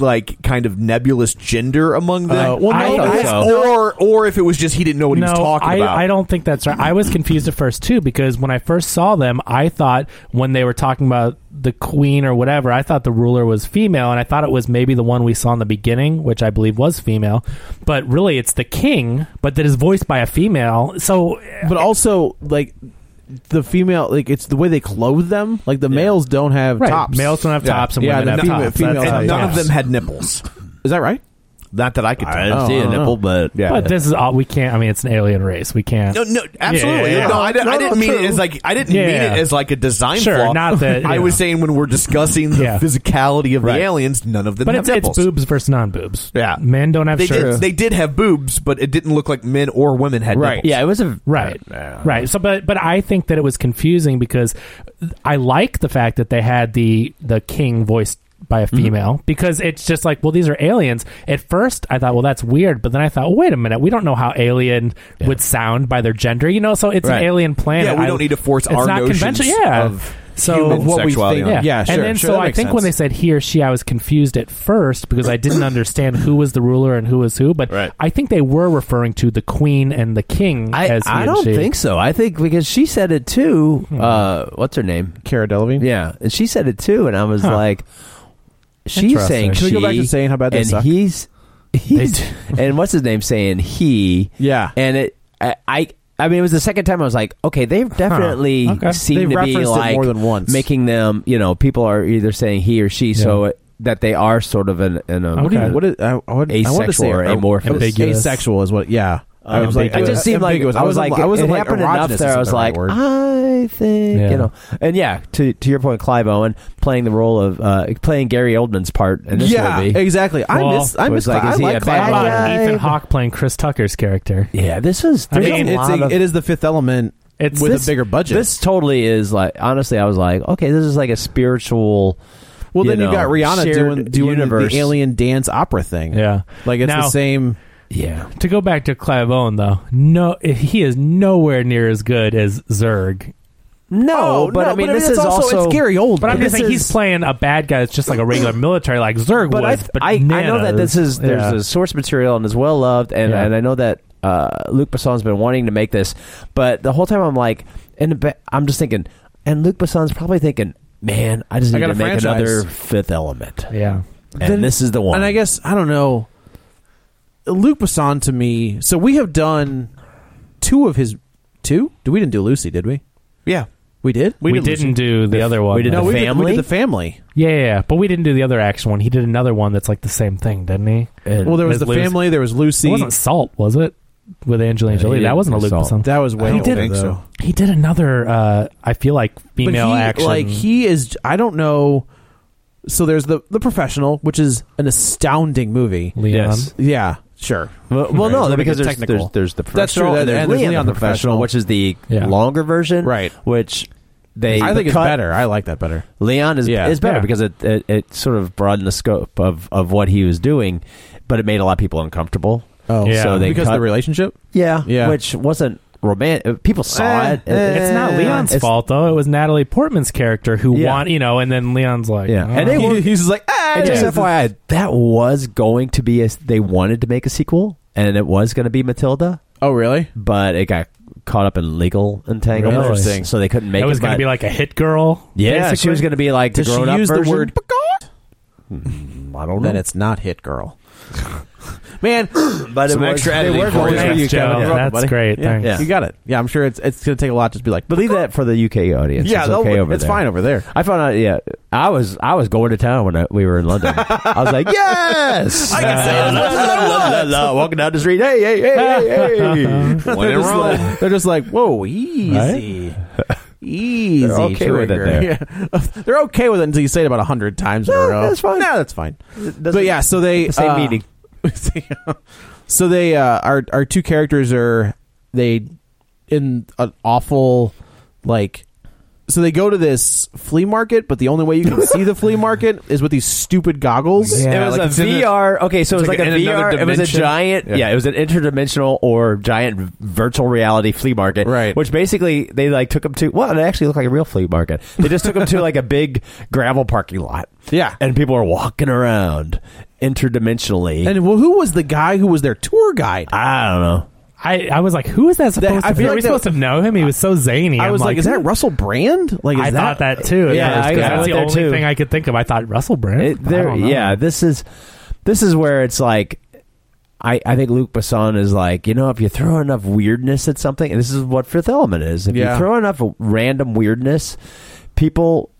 Speaker 1: like kind of nebulous gender among them,
Speaker 2: Uh, well, no, I thought so.
Speaker 1: or or if it was just he didn't know what he was talking
Speaker 2: I,
Speaker 1: about.
Speaker 2: I don't think that's right. I was confused at first too because when I first saw them, I thought when they were talking about the queen or whatever, I thought the ruler was female, and I thought it was maybe the one we saw in the beginning, which I believe was female. But really, it's the king, but that is voiced by a female. So,
Speaker 3: but also like the female like it's the way they clothe them like the males don't have
Speaker 2: right,
Speaker 3: tops
Speaker 2: males don't have tops, and
Speaker 3: yeah,
Speaker 2: women
Speaker 3: the
Speaker 2: have
Speaker 3: female-
Speaker 2: tops.
Speaker 3: female
Speaker 2: That's-
Speaker 1: and
Speaker 3: don't
Speaker 1: none
Speaker 3: have
Speaker 1: of them had nipples.
Speaker 3: is that right
Speaker 1: Not that I could.
Speaker 2: I
Speaker 1: tell. Oh,
Speaker 2: see a
Speaker 1: don't know.
Speaker 2: nipple,
Speaker 5: but
Speaker 1: yeah.
Speaker 2: but this is all we can't. I mean, it's an alien race. We can't.
Speaker 1: No, no, absolutely.
Speaker 2: Yeah, yeah, yeah.
Speaker 1: No, I, di-
Speaker 2: No,
Speaker 1: I
Speaker 2: no,
Speaker 1: didn't mean
Speaker 2: true.
Speaker 1: it as like I didn't
Speaker 2: Yeah,
Speaker 1: mean
Speaker 2: yeah.
Speaker 1: it as like a design
Speaker 2: Sure,
Speaker 1: flaw.
Speaker 2: not that,
Speaker 1: I
Speaker 2: yeah.
Speaker 1: was saying when we're discussing the
Speaker 2: Yeah.
Speaker 1: physicality of
Speaker 2: Right.
Speaker 1: the aliens, none of them
Speaker 2: But
Speaker 1: have
Speaker 2: it's, it's
Speaker 1: nipples.
Speaker 2: boobs versus non-boobs.
Speaker 1: Yeah.
Speaker 2: men don't have
Speaker 1: they
Speaker 2: shirts.
Speaker 1: did. They did have boobs, but it didn't look like men or women had
Speaker 2: Right.
Speaker 1: nipples.
Speaker 2: Yeah,
Speaker 5: it was a
Speaker 2: right right so but but i think that it was confusing because i like the fact that they had the the king voiced by a
Speaker 1: Mm-hmm.
Speaker 2: female because it's just like well these are aliens at first i thought well that's weird but then i thought wait a minute we don't know how alien would sound by their gender you know so it's
Speaker 1: Right.
Speaker 2: an alien planet
Speaker 1: Yeah, we
Speaker 2: I-
Speaker 1: don't need to force
Speaker 2: it's
Speaker 1: our
Speaker 2: not
Speaker 1: notions
Speaker 2: conventional yeah
Speaker 1: of
Speaker 2: so
Speaker 1: human sexuality on it. Yeah, sure,
Speaker 2: and then
Speaker 1: sure,
Speaker 2: so
Speaker 1: that
Speaker 2: I
Speaker 1: makes
Speaker 2: think when they
Speaker 1: sense.
Speaker 2: said he or she, I was confused at first because I didn't understand who was the ruler and who was who. But I think they were referring to the queen and the king
Speaker 5: I,
Speaker 2: as he
Speaker 5: I
Speaker 2: and
Speaker 5: don't
Speaker 2: she.
Speaker 5: think so. I think because she said it too. Uh, what's her name?
Speaker 3: Cara Delevingne.
Speaker 5: Yeah, and she said it too, and I was like, she's
Speaker 3: Interesting.
Speaker 5: saying
Speaker 3: Can we
Speaker 5: she,
Speaker 3: go back to saying how bad they
Speaker 5: and
Speaker 3: suck?
Speaker 5: he's he's <laughs> and what's his name saying he
Speaker 3: Yeah.
Speaker 5: and it I. I I mean, it was the second time I was like, okay, they've definitely
Speaker 3: Okay.
Speaker 5: seemed
Speaker 3: They
Speaker 5: to be
Speaker 3: referenced it
Speaker 5: like
Speaker 3: more than once.
Speaker 5: making them, you know, people are either saying he or she, so it, that they are sort of an, an um,
Speaker 3: What do you- what is, I, I would, I wanted to say
Speaker 5: Asexual or amorphous. Ambiguous.
Speaker 3: Asexual is what. Yeah, I was like,
Speaker 5: I just seemed like
Speaker 3: ambiguous.
Speaker 5: I was like,
Speaker 3: I was
Speaker 5: it
Speaker 3: like
Speaker 5: happened
Speaker 3: erogenous
Speaker 5: enough there.
Speaker 3: isn't
Speaker 5: I was
Speaker 3: the right
Speaker 5: like,
Speaker 3: word.
Speaker 5: I think
Speaker 2: Yeah.
Speaker 5: you know, and yeah. To to your point, Clive Owen playing the role of uh, playing Gary Oldman's part in this
Speaker 3: yeah,
Speaker 5: movie.
Speaker 3: exactly. I
Speaker 2: Well,
Speaker 3: miss. I
Speaker 5: it
Speaker 3: miss.
Speaker 5: was
Speaker 3: Like,
Speaker 5: like,
Speaker 3: I
Speaker 5: is he
Speaker 3: like
Speaker 5: a bad
Speaker 3: Clive.
Speaker 5: guy?
Speaker 2: Ethan Hawke playing Chris Tucker's character.
Speaker 5: Yeah, this was.
Speaker 2: I
Speaker 5: There's
Speaker 2: mean,
Speaker 5: a
Speaker 3: It's
Speaker 5: lot
Speaker 3: a,
Speaker 5: of,
Speaker 3: it is the Fifth Element
Speaker 2: It's
Speaker 3: with
Speaker 2: this-
Speaker 3: a bigger budget.
Speaker 5: This totally is like. Honestly, I was like, okay, this is like a spiritual.
Speaker 3: well,
Speaker 5: you
Speaker 3: then you,
Speaker 5: know,
Speaker 3: got Rihanna
Speaker 5: shared
Speaker 3: doing doing the-
Speaker 5: universe.
Speaker 3: the alien dance opera thing.
Speaker 2: Yeah.
Speaker 3: like it's
Speaker 2: Now-
Speaker 3: the same. Oh,
Speaker 5: Yeah,
Speaker 2: To go back to Clive Owen, though, no, he is nowhere near as good as Zurg.
Speaker 5: no, but I mean, this is also
Speaker 3: it's Gary Oldman.
Speaker 2: But I'm just
Speaker 5: This
Speaker 2: saying he's
Speaker 5: is-
Speaker 2: playing a bad guy that's just like a regular military, like Zurg
Speaker 5: but I,
Speaker 2: was.
Speaker 5: th-
Speaker 2: but
Speaker 5: I, I know that this is there's
Speaker 2: Yeah.
Speaker 5: a source material and is well loved and,
Speaker 2: Yeah.
Speaker 5: and I know that uh, Luc Besson's been wanting to make this but the whole time I'm like and the ba- I'm just thinking and Luc Besson's probably thinking man I just
Speaker 3: I got
Speaker 5: need to
Speaker 3: a
Speaker 5: make
Speaker 3: franchise."
Speaker 5: another Fifth Element
Speaker 2: yeah.
Speaker 5: and this is the one
Speaker 3: And I guess I don't know. Luke Besson to me. So we have done two of his two. Do we didn't do Lucy? Did we?
Speaker 1: Yeah.
Speaker 3: We did.
Speaker 2: We, didn't do the other one.
Speaker 5: we did
Speaker 2: though.
Speaker 3: No,
Speaker 5: The
Speaker 3: we, did, we
Speaker 5: Family?
Speaker 3: did the family.
Speaker 2: yeah, yeah, yeah, but we didn't do the other action one. He did another one that's like the same thing, didn't he?
Speaker 5: And-
Speaker 3: Well, there was
Speaker 2: With
Speaker 3: the
Speaker 2: Lucy.
Speaker 3: family. There was
Speaker 2: It
Speaker 3: Lucy.
Speaker 2: wasn't Salt, was it? With Angelina
Speaker 5: Uh, he
Speaker 2: Jolie,
Speaker 5: did
Speaker 2: that wasn't a Luke
Speaker 5: Salt.
Speaker 2: Besson.
Speaker 3: That was way
Speaker 2: He
Speaker 3: older,
Speaker 2: did
Speaker 3: though.
Speaker 2: He did another. Uh, I feel like
Speaker 3: But
Speaker 2: female
Speaker 3: he,
Speaker 2: action.
Speaker 3: Like he is. I don't know. So there's the the professional, which is an astounding movie.
Speaker 2: Leon.
Speaker 5: Yes.
Speaker 3: Yeah, sure.
Speaker 5: well, well,
Speaker 3: Right.
Speaker 5: no
Speaker 3: We're gonna
Speaker 5: because
Speaker 3: get
Speaker 5: there's,
Speaker 3: technical.
Speaker 5: there's there's the
Speaker 3: That's true,
Speaker 5: professional
Speaker 3: that-
Speaker 5: and there's
Speaker 3: and there's
Speaker 5: Leon
Speaker 3: Leon
Speaker 5: the
Speaker 3: the
Speaker 5: professional
Speaker 3: Professional.
Speaker 5: which is the
Speaker 2: Yeah.
Speaker 5: longer version
Speaker 3: Right.
Speaker 5: which they
Speaker 3: I think it's
Speaker 5: cut.
Speaker 3: better. I like that better.
Speaker 5: Leon is
Speaker 3: Yeah.
Speaker 5: is better
Speaker 2: Yeah.
Speaker 5: because it, it it sort of broadened the scope of of what he was doing, but it made a lot of people uncomfortable.
Speaker 3: Oh,
Speaker 2: Yeah.
Speaker 5: so they
Speaker 3: because
Speaker 5: cut,
Speaker 3: of the relationship.
Speaker 5: yeah,
Speaker 3: Yeah.
Speaker 5: which wasn't romantic. Uh, People saw
Speaker 3: Eh,
Speaker 5: it.
Speaker 3: eh,
Speaker 2: It's not Leon's
Speaker 5: It's-
Speaker 2: fault though. It was Natalie Portman's character who
Speaker 5: Yeah.
Speaker 2: want you know, and then Leon's like,
Speaker 5: Yeah,
Speaker 2: "Oh."
Speaker 5: and they were,
Speaker 3: <laughs> He's just like, ah,
Speaker 5: and just
Speaker 3: yeah.
Speaker 5: FYI, that was going to be a, they wanted to make a sequel, and it was going to be Matilda,
Speaker 3: Oh, really?
Speaker 5: but it got caught up in legal entanglements,
Speaker 2: Really? Interesting.
Speaker 5: so they couldn't make
Speaker 2: It was
Speaker 5: it.
Speaker 2: going to
Speaker 5: but-
Speaker 2: be like a hit girl.
Speaker 5: yeah, she was going to be like the
Speaker 3: Does
Speaker 5: grown
Speaker 3: she
Speaker 5: up
Speaker 3: use
Speaker 5: version.
Speaker 3: the Hmm, word?
Speaker 5: I don't know.
Speaker 3: Then it's not Hit Girl. <gasps> Man,
Speaker 5: but
Speaker 1: Some
Speaker 5: it was,
Speaker 1: extra
Speaker 5: they
Speaker 1: editing
Speaker 5: were
Speaker 1: for
Speaker 5: going
Speaker 1: you.
Speaker 5: to
Speaker 2: Thanks,
Speaker 5: use
Speaker 2: Joe.
Speaker 5: Kevin.
Speaker 2: Yeah,
Speaker 5: You're welcome,
Speaker 2: that's
Speaker 5: buddy.
Speaker 2: great. Thanks.
Speaker 5: Yeah.
Speaker 3: you got it. Yeah, I'm sure it's it's gonna take a lot just to be like,
Speaker 5: But leave that for the UK audience.
Speaker 3: yeah,
Speaker 5: it's
Speaker 3: they'll-
Speaker 5: okay over
Speaker 3: it's
Speaker 5: there.
Speaker 3: fine over there.
Speaker 5: I found out. Yeah, I was I was going to town when I, we were
Speaker 3: <laughs>
Speaker 5: in London. I was like, yes, I can say Walking down the street, hey, hey, hey, <laughs> hey, hey.
Speaker 1: When in
Speaker 3: They're just
Speaker 1: Rome.
Speaker 3: like- they're just like, whoa,
Speaker 5: <laughs>
Speaker 3: easy. Easy.
Speaker 5: They're okay with it
Speaker 3: trigger. Yeah. <laughs> They're okay with it until you say it about a hundred times in a row.
Speaker 5: that's fine.
Speaker 3: No, that's fine. But yeah, so they
Speaker 5: the same
Speaker 3: uh,
Speaker 5: meaning.
Speaker 3: <laughs> so they uh, our our two characters are <laughs> they in an awful like so they go to this flea market, but the only way you can see the flea
Speaker 5: <laughs>
Speaker 3: market is with these stupid goggles.
Speaker 2: Yeah,
Speaker 5: it was
Speaker 2: like
Speaker 5: a VR. okay, so it was
Speaker 1: like
Speaker 5: like, a
Speaker 1: in another
Speaker 5: VR. It was a
Speaker 1: dimension.
Speaker 5: giant. Yeah.
Speaker 1: Yeah.
Speaker 5: it was an interdimensional or giant v- virtual reality flea market.
Speaker 3: Right.
Speaker 5: Which basically they like took them to. Well, it actually looked like a real flea market. They just took them to like a big gravel parking lot.
Speaker 3: Yeah.
Speaker 5: and people are walking around interdimensionally.
Speaker 3: And well, who was the guy who was their tour guide?
Speaker 5: I don't know.
Speaker 2: I, I was like, who is that supposed
Speaker 3: I
Speaker 2: to be?
Speaker 3: feel
Speaker 2: Are
Speaker 3: like
Speaker 2: we
Speaker 3: that-
Speaker 2: supposed to know him? He was so zany.
Speaker 3: I
Speaker 2: I'm
Speaker 3: was like, is that Russell Brand? Like, is
Speaker 2: I thought that too. at
Speaker 5: Yeah,
Speaker 2: first, 'cause
Speaker 5: I
Speaker 2: that's
Speaker 5: got
Speaker 2: the
Speaker 5: that
Speaker 2: only
Speaker 5: too.
Speaker 2: thing I could think of. I thought Russell Brand.
Speaker 5: It,
Speaker 2: I
Speaker 5: there,
Speaker 2: don't know.
Speaker 5: yeah, this is this is where it's like I, I think Luke Besson is like you know if you throw enough weirdness at something, and this is what Fifth Element is. If
Speaker 3: Yeah.
Speaker 5: you throw enough random weirdness, people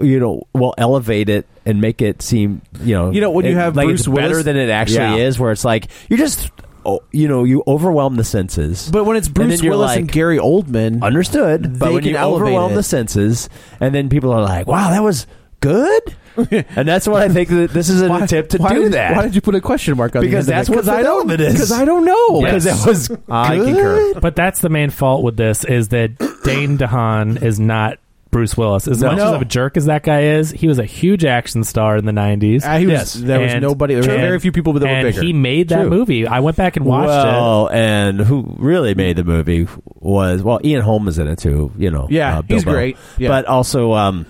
Speaker 5: you know, will elevate it and make it seem, you know,
Speaker 1: You know, when you
Speaker 5: it-
Speaker 1: have
Speaker 5: like
Speaker 1: Bruce
Speaker 5: it's better
Speaker 1: Willis-
Speaker 5: than it actually
Speaker 1: Yeah.
Speaker 5: is, where it's like you just, oh, you know, you overwhelm the senses.
Speaker 3: But when it's
Speaker 5: then
Speaker 3: Bruce
Speaker 5: you're
Speaker 3: Willis and
Speaker 5: like-
Speaker 3: Gary Oldman,
Speaker 5: understood, but
Speaker 3: They
Speaker 5: when
Speaker 3: can
Speaker 5: you
Speaker 3: elevate
Speaker 5: overwhelm
Speaker 3: it.
Speaker 5: the senses, and then people are like, "Wow, that was good," and that's what I think that this is an attempt to
Speaker 3: why
Speaker 5: do
Speaker 3: did,
Speaker 5: that.
Speaker 3: Why did you put a question mark on
Speaker 5: Because
Speaker 3: the end
Speaker 5: that's
Speaker 3: of it?
Speaker 5: what
Speaker 3: I don't
Speaker 5: development is.
Speaker 3: because I don't know
Speaker 5: Because
Speaker 3: Yes.
Speaker 5: that was
Speaker 3: I
Speaker 5: good.
Speaker 3: concur.
Speaker 2: But that's the main fault with this is that Dane DeHaan is not Bruce Willis. As
Speaker 5: No.
Speaker 2: much
Speaker 5: No.
Speaker 2: of a jerk as that guy is, he was a huge action star in the nineties.
Speaker 3: Ah, he was- there was nobody- there were very few people that were
Speaker 2: and
Speaker 3: bigger.
Speaker 2: He made that
Speaker 3: True.
Speaker 2: movie. I went back and watched it.
Speaker 3: Oh,
Speaker 5: well, and who really made the movie was well, Ian Holm is in it too. You know,
Speaker 3: Yeah,
Speaker 5: uh,
Speaker 3: he's
Speaker 5: Bilbo.
Speaker 3: great. Yeah.
Speaker 5: but also, um,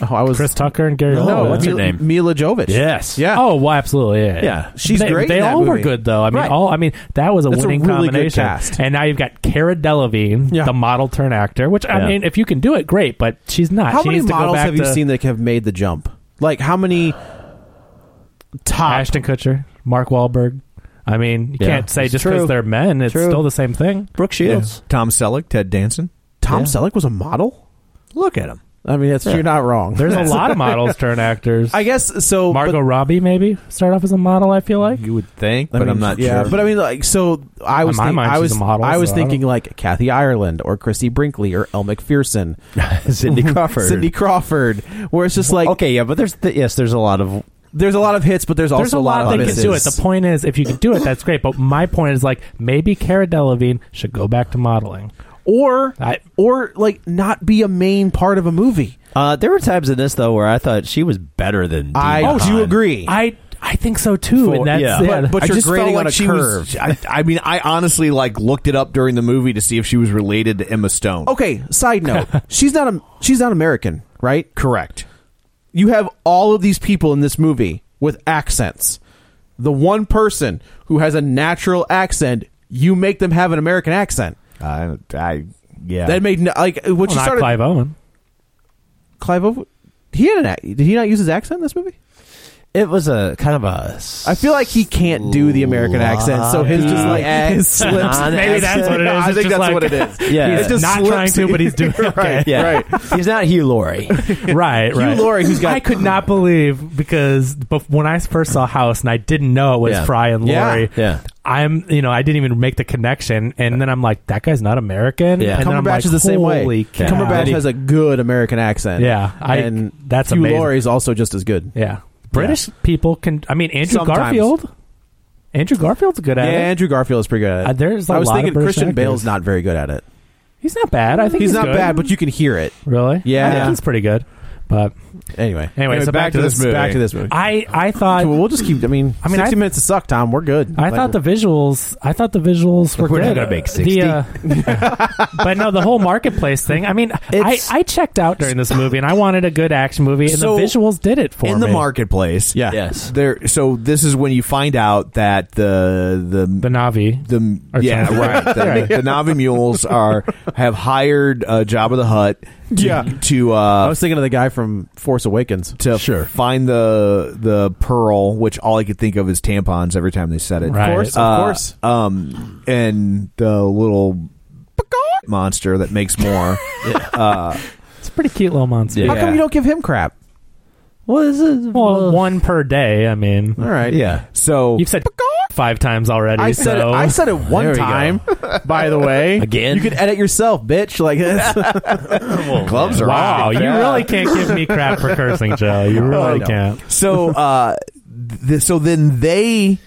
Speaker 3: Oh, I was
Speaker 2: Chris Tucker and Gary.
Speaker 5: No,
Speaker 2: Oldman.
Speaker 5: Oh, what's her
Speaker 3: Mil-
Speaker 5: name?
Speaker 3: Mila Jovovich.
Speaker 5: yes,
Speaker 3: Yeah.
Speaker 2: Oh, well, absolutely. Yeah,
Speaker 5: Yeah,
Speaker 3: she's
Speaker 2: they,
Speaker 3: great
Speaker 2: They
Speaker 3: in that
Speaker 2: all were
Speaker 3: movie.
Speaker 2: good though. I mean,
Speaker 3: Right.
Speaker 2: all I mean that was a
Speaker 3: That's a
Speaker 2: winning
Speaker 3: really good
Speaker 2: combination.
Speaker 3: cast.
Speaker 2: And now you've got Cara Delevingne,
Speaker 3: Yeah.
Speaker 2: the model turn actor. Which I
Speaker 5: Yeah.
Speaker 2: mean, if you can do it, great. But she's not.
Speaker 3: How
Speaker 2: she
Speaker 3: many
Speaker 2: needs to go
Speaker 3: models
Speaker 2: back
Speaker 3: have you
Speaker 2: to
Speaker 3: seen that have made the jump? Like how many top?
Speaker 2: Ashton Kutcher, Mark Wahlberg. I mean, you
Speaker 5: Yeah.
Speaker 2: can't say
Speaker 5: It's
Speaker 2: just
Speaker 5: true.
Speaker 2: because they're men, it's
Speaker 5: True.
Speaker 2: still the same thing.
Speaker 5: Brooke Shields.
Speaker 1: Tom Selleck, Ted Danson.
Speaker 3: Tom Selleck was a model.
Speaker 5: Look at him.
Speaker 3: I mean, that's, you're not wrong. <laughs>
Speaker 2: There's a lot of models turn actors.
Speaker 1: I guess so.
Speaker 2: Margot
Speaker 1: but-
Speaker 2: Robbie maybe start off as a model. I feel like
Speaker 1: you would think,
Speaker 3: I
Speaker 1: but
Speaker 3: mean,
Speaker 1: I'm not
Speaker 3: yeah,
Speaker 1: sure.
Speaker 3: But I mean, like, so I was,
Speaker 2: my
Speaker 3: think-
Speaker 2: mind,
Speaker 3: I
Speaker 2: she's
Speaker 3: was,
Speaker 2: a model,
Speaker 3: I was
Speaker 2: so I
Speaker 3: thinking like Kathy Ireland or Christy Brinkley or Elle McPherson, <laughs>
Speaker 5: Cindy Crawford.
Speaker 3: Cindy Crawford, where it's just like
Speaker 5: okay, yeah, but there's th- yes, there's a lot of
Speaker 3: there's a lot of hits, but there's also
Speaker 2: there's a lot, that
Speaker 3: of
Speaker 2: can do it.
Speaker 3: misses.
Speaker 2: The point is, if you can do it, that's great. But my point is like maybe Cara Delevingne should go back to modeling.
Speaker 3: or
Speaker 2: I-
Speaker 3: or like not be a main part of a movie.
Speaker 5: Uh, there were times in this though where I thought she was better than.
Speaker 3: I Oh,
Speaker 5: Dean
Speaker 3: do
Speaker 5: Khan.
Speaker 3: agree.
Speaker 2: I I think so too.
Speaker 5: For-
Speaker 2: and that's
Speaker 5: yeah.
Speaker 2: yeah.
Speaker 1: but
Speaker 3: I
Speaker 1: you're
Speaker 3: just felt
Speaker 1: grading
Speaker 3: like
Speaker 1: on a
Speaker 3: she
Speaker 1: curve.
Speaker 3: was-
Speaker 1: I, I mean, I honestly like looked it up during the movie to see if she was related to Emma Stone.
Speaker 3: Okay, side note,
Speaker 5: <laughs>
Speaker 3: she's not a she's not American, right?
Speaker 1: correct.
Speaker 3: You have all of these people in this movie with accents. The one person who has a natural accent, you make them have an American accent.
Speaker 1: I, I yeah.
Speaker 3: That made no, like when
Speaker 2: well,
Speaker 3: she
Speaker 2: not
Speaker 3: started.
Speaker 2: Clive Owen.
Speaker 3: Clive Owen- He had an ac- did he not use his accent in this movie?
Speaker 5: It was a kind of a.
Speaker 3: I feel like he can't do the American accent, so his just like his slips.
Speaker 2: Maybe that's what it is.
Speaker 3: <laughs>
Speaker 1: I
Speaker 2: It's
Speaker 1: think
Speaker 2: just
Speaker 1: that's
Speaker 2: like-
Speaker 1: what it is.
Speaker 2: <laughs>
Speaker 5: Yeah.
Speaker 2: he's
Speaker 5: It just
Speaker 2: not
Speaker 3: slips.
Speaker 2: trying to,
Speaker 3: <laughs>
Speaker 2: but he's doing it.
Speaker 5: Right, yeah. He's not Hugh Laurie.
Speaker 2: right, right.
Speaker 3: Laurie, who's got-
Speaker 2: I could not believe because bef- when I first saw House and I didn't know it was
Speaker 5: Yeah.
Speaker 2: Fry and
Speaker 3: Yeah.
Speaker 2: Laurie.
Speaker 5: Yeah.
Speaker 2: I'm, you know, I didn't even make the connection, and then I'm like, that guy's not American.
Speaker 5: Yeah.
Speaker 2: and then I'm
Speaker 3: Cumberbatch
Speaker 2: like,
Speaker 3: is the same way.
Speaker 2: "Holy cow."
Speaker 3: Cumberbatch has a good American accent.
Speaker 2: Yeah, I-
Speaker 3: and
Speaker 2: that's
Speaker 3: Hugh
Speaker 2: amazing.
Speaker 3: Laurie's also just as good.
Speaker 2: yeah. British people can. I mean, Andrew
Speaker 3: Sometimes.
Speaker 2: Garfield. Andrew Garfield's good
Speaker 3: Yeah,
Speaker 2: at it.
Speaker 3: Andrew Garfield is pretty good at it.
Speaker 2: Uh, there's a
Speaker 3: I was
Speaker 2: lot of
Speaker 3: thinking
Speaker 2: British
Speaker 3: Christian
Speaker 2: actors.
Speaker 3: Bale's not very good at it.
Speaker 2: He's not bad. I think
Speaker 3: he's, not
Speaker 2: good.
Speaker 3: bad, but you can hear it.
Speaker 2: really, I
Speaker 3: Yeah.
Speaker 2: think he's pretty good. But
Speaker 3: Anyway,
Speaker 2: Anyway, so back to this movie.
Speaker 3: Back to this movie.
Speaker 2: I, I thought
Speaker 3: Well, we'll just keep. I mean,
Speaker 2: I mean,
Speaker 3: sixty
Speaker 2: I-
Speaker 3: minutes to suck, Tom. We're good.
Speaker 2: I thought the visuals. I thought the visuals were
Speaker 5: We're not
Speaker 2: good.
Speaker 5: gonna make
Speaker 2: The,
Speaker 5: 60.
Speaker 2: uh, <laughs> but no, the whole marketplace thing. I mean, I,
Speaker 5: It's-
Speaker 2: I checked out during this movie, and I wanted a good action movie, and
Speaker 1: So,
Speaker 2: the visuals did it for
Speaker 1: in
Speaker 2: me.
Speaker 1: the marketplace.
Speaker 3: Yeah.
Speaker 5: Yes.
Speaker 1: There. So this is when you find out that the
Speaker 2: the
Speaker 1: the
Speaker 2: Navi.
Speaker 1: the,
Speaker 2: Or
Speaker 1: yeah
Speaker 2: something.
Speaker 1: right the,
Speaker 3: <laughs>
Speaker 1: the Navi mules are have hired uh, Jabba the Hutt. To,
Speaker 3: Yeah.
Speaker 1: To uh,
Speaker 3: I was thinking of the guy from Force Awakens.
Speaker 1: to find the the pearl, which all I could think of is tampons every time they said it.
Speaker 2: Right. Of course,
Speaker 3: of
Speaker 1: Uh,
Speaker 3: course.
Speaker 1: Um, and the little monster that makes
Speaker 3: <laughs>
Speaker 1: more.
Speaker 2: It's a pretty cute little monster.
Speaker 3: How come you don't give him crap?
Speaker 5: What is it?
Speaker 2: Well, one per day. I mean,
Speaker 3: All right.
Speaker 5: Yeah.
Speaker 1: So
Speaker 2: you've said five times already.
Speaker 3: I said it,
Speaker 2: so.
Speaker 3: I said it one time. By the way,
Speaker 5: Again?
Speaker 3: you could edit yourself, bitch. <laughs> Like that's-
Speaker 1: <laughs> gloves are
Speaker 2: Wow,
Speaker 1: off.
Speaker 2: you
Speaker 1: Yeah.
Speaker 2: really can't give me crap for cursing, Joe. You
Speaker 3: Oh,
Speaker 2: really can't.
Speaker 1: So uh, th- so then they.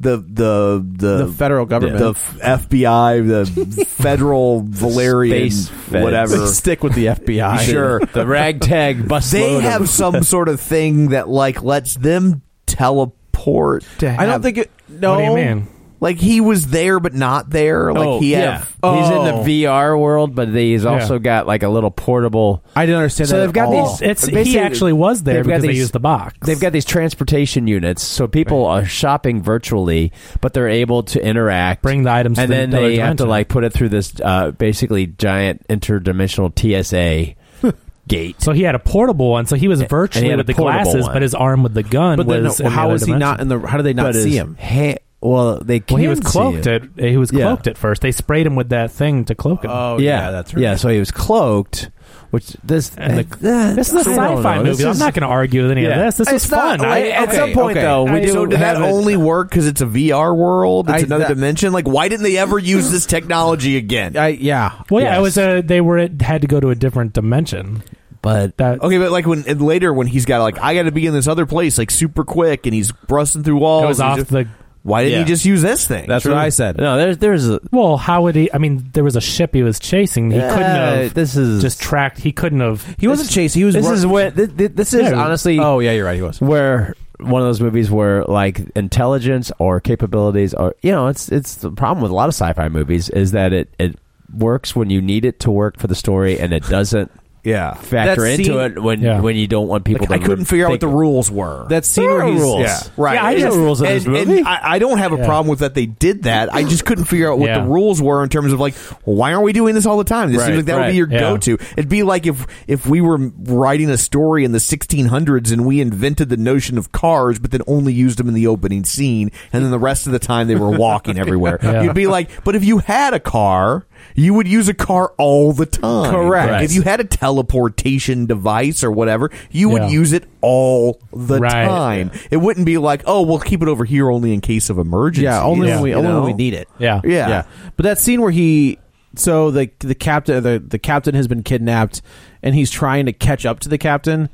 Speaker 1: The, the the
Speaker 3: The federal government.
Speaker 1: the f- FBI, the federal Valerian,
Speaker 5: Space feds.
Speaker 1: whatever.
Speaker 3: stick with the FBI.
Speaker 1: <laughs> Sure,
Speaker 5: The <laughs> ragtag bus.
Speaker 1: they have some sort of thing that like lets them teleport. To
Speaker 3: I don't
Speaker 1: have-
Speaker 3: think it. No.
Speaker 2: What do you mean?
Speaker 1: Like he was there but not there. Like he had.
Speaker 5: yeah. He's in the VR world, but they- he's also
Speaker 2: Yeah.
Speaker 5: got like a little portable.
Speaker 3: I didn't understand
Speaker 5: So
Speaker 3: that.
Speaker 5: they've
Speaker 3: at
Speaker 5: got
Speaker 3: all.
Speaker 5: these-
Speaker 2: It's he
Speaker 5: Basically,
Speaker 2: actually was there
Speaker 5: they've got
Speaker 2: because they
Speaker 5: these-
Speaker 2: used the box.
Speaker 5: They've got these transportation units, so people are shopping virtually, but they're able to interact,
Speaker 2: Bring the items to
Speaker 5: and
Speaker 2: the
Speaker 5: then
Speaker 2: other
Speaker 5: they have to
Speaker 2: dimension.
Speaker 5: like put it through this uh, basically giant interdimensional TSA gate.
Speaker 2: So he had a portable one. So he was virtually
Speaker 5: had a
Speaker 2: with the
Speaker 5: portable
Speaker 2: glasses,
Speaker 5: one.
Speaker 2: but his arm with the gun
Speaker 3: But then,
Speaker 2: was. in the
Speaker 3: how
Speaker 2: other
Speaker 3: is he
Speaker 2: dimension.
Speaker 3: not in the? How do they not
Speaker 5: But
Speaker 3: see
Speaker 5: his
Speaker 3: him?
Speaker 5: ha- well, they can
Speaker 2: Well, he was
Speaker 5: see
Speaker 2: cloaked.
Speaker 5: it.
Speaker 2: At, he was
Speaker 5: Yeah. Oh,
Speaker 3: Oh,
Speaker 2: cloaked at first. They sprayed him with that thing to cloak him.
Speaker 5: yeah, so he was cloaked, Which this
Speaker 2: And the-
Speaker 5: uh,
Speaker 2: This is a
Speaker 5: I don't
Speaker 2: sci-fi
Speaker 5: know.
Speaker 2: movie.
Speaker 5: This
Speaker 2: I'm
Speaker 5: is-
Speaker 2: not going to argue with any
Speaker 5: Yeah.
Speaker 2: of this. This
Speaker 5: It's
Speaker 2: is
Speaker 5: not-
Speaker 2: fun. I,
Speaker 5: like, at some point, though, we
Speaker 2: I-
Speaker 5: do
Speaker 1: So did that
Speaker 5: have it-
Speaker 1: only work because it's a VR world? It's
Speaker 5: I-
Speaker 1: another
Speaker 5: that-
Speaker 1: dimension. Like, why didn't they ever use this technology again?
Speaker 3: I, yeah.
Speaker 2: Well, yeah,
Speaker 3: Yes.
Speaker 2: it was a. They were had to go to a different dimension.
Speaker 3: But
Speaker 2: That
Speaker 1: okay, but like when and later when he's got like I got to be in this other place like super quick and he's busting through walls.
Speaker 2: goes
Speaker 1: and
Speaker 2: off
Speaker 1: just-
Speaker 2: the.
Speaker 1: why didn't
Speaker 3: Yeah.
Speaker 1: he just use this thing?
Speaker 3: that's what I said.
Speaker 5: No, there's there's a,
Speaker 2: Well, how would he? I mean, there was a ship he was chasing. He
Speaker 5: Uh,
Speaker 2: couldn't
Speaker 5: Yeah,
Speaker 2: have
Speaker 5: This is
Speaker 2: just tracked. He couldn't have.
Speaker 3: He wasn't chasing. He was.
Speaker 5: this
Speaker 3: run-
Speaker 5: is where thi- thi- this is
Speaker 2: Yeah.
Speaker 5: honestly
Speaker 3: Oh yeah, you're right. He was.
Speaker 5: where one of those movies where like intelligence or capabilities are you know it's it's the problem with a lot of sci-fi movies is that it it works when you need it to work for the story and it doesn't
Speaker 1: yeah.
Speaker 5: factor
Speaker 3: That
Speaker 5: into
Speaker 3: scene-
Speaker 5: it when
Speaker 2: Yeah.
Speaker 5: when you don't want people
Speaker 1: Like,
Speaker 5: to
Speaker 1: I couldn't
Speaker 5: re-
Speaker 1: figure out what the
Speaker 5: think-
Speaker 1: rules were.
Speaker 3: That scene
Speaker 5: There
Speaker 3: where
Speaker 5: are
Speaker 3: he's
Speaker 5: rules.
Speaker 1: yeah, right.
Speaker 2: Yeah, I
Speaker 1: And-
Speaker 2: know the rules of
Speaker 1: and,
Speaker 2: this
Speaker 1: and
Speaker 2: movie.
Speaker 1: I, I don't have a problem with that they did that. I just couldn't figure out what
Speaker 2: Yeah.
Speaker 1: the rules were in terms of like, well, why aren't we doing this all the time? This
Speaker 5: Right,
Speaker 1: seems like that would
Speaker 5: right,
Speaker 1: be your
Speaker 2: yeah.
Speaker 1: go-to. It'd be like if if we were writing a story in the 1600s and we invented the notion of cars, but then only used them in the opening scene, and then the rest of the time <laughs> they were walking everywhere.
Speaker 2: Yeah.
Speaker 1: You'd be like, but if you had a car. You would use a car all the time.
Speaker 5: Correct.
Speaker 1: If you had a teleportation device or whatever, you would
Speaker 2: Yeah.
Speaker 1: use it all the
Speaker 2: Right.
Speaker 1: time. It wouldn't be like, oh, we'll keep it over here only in case of emergency.
Speaker 3: Yeah, only when we
Speaker 1: you
Speaker 3: only
Speaker 1: know?
Speaker 3: when we need it.
Speaker 2: Yeah.
Speaker 1: Yeah.
Speaker 3: yeah. But that scene where he, so the the captain the the captain has been kidnapped, and he's trying to catch up to the captain.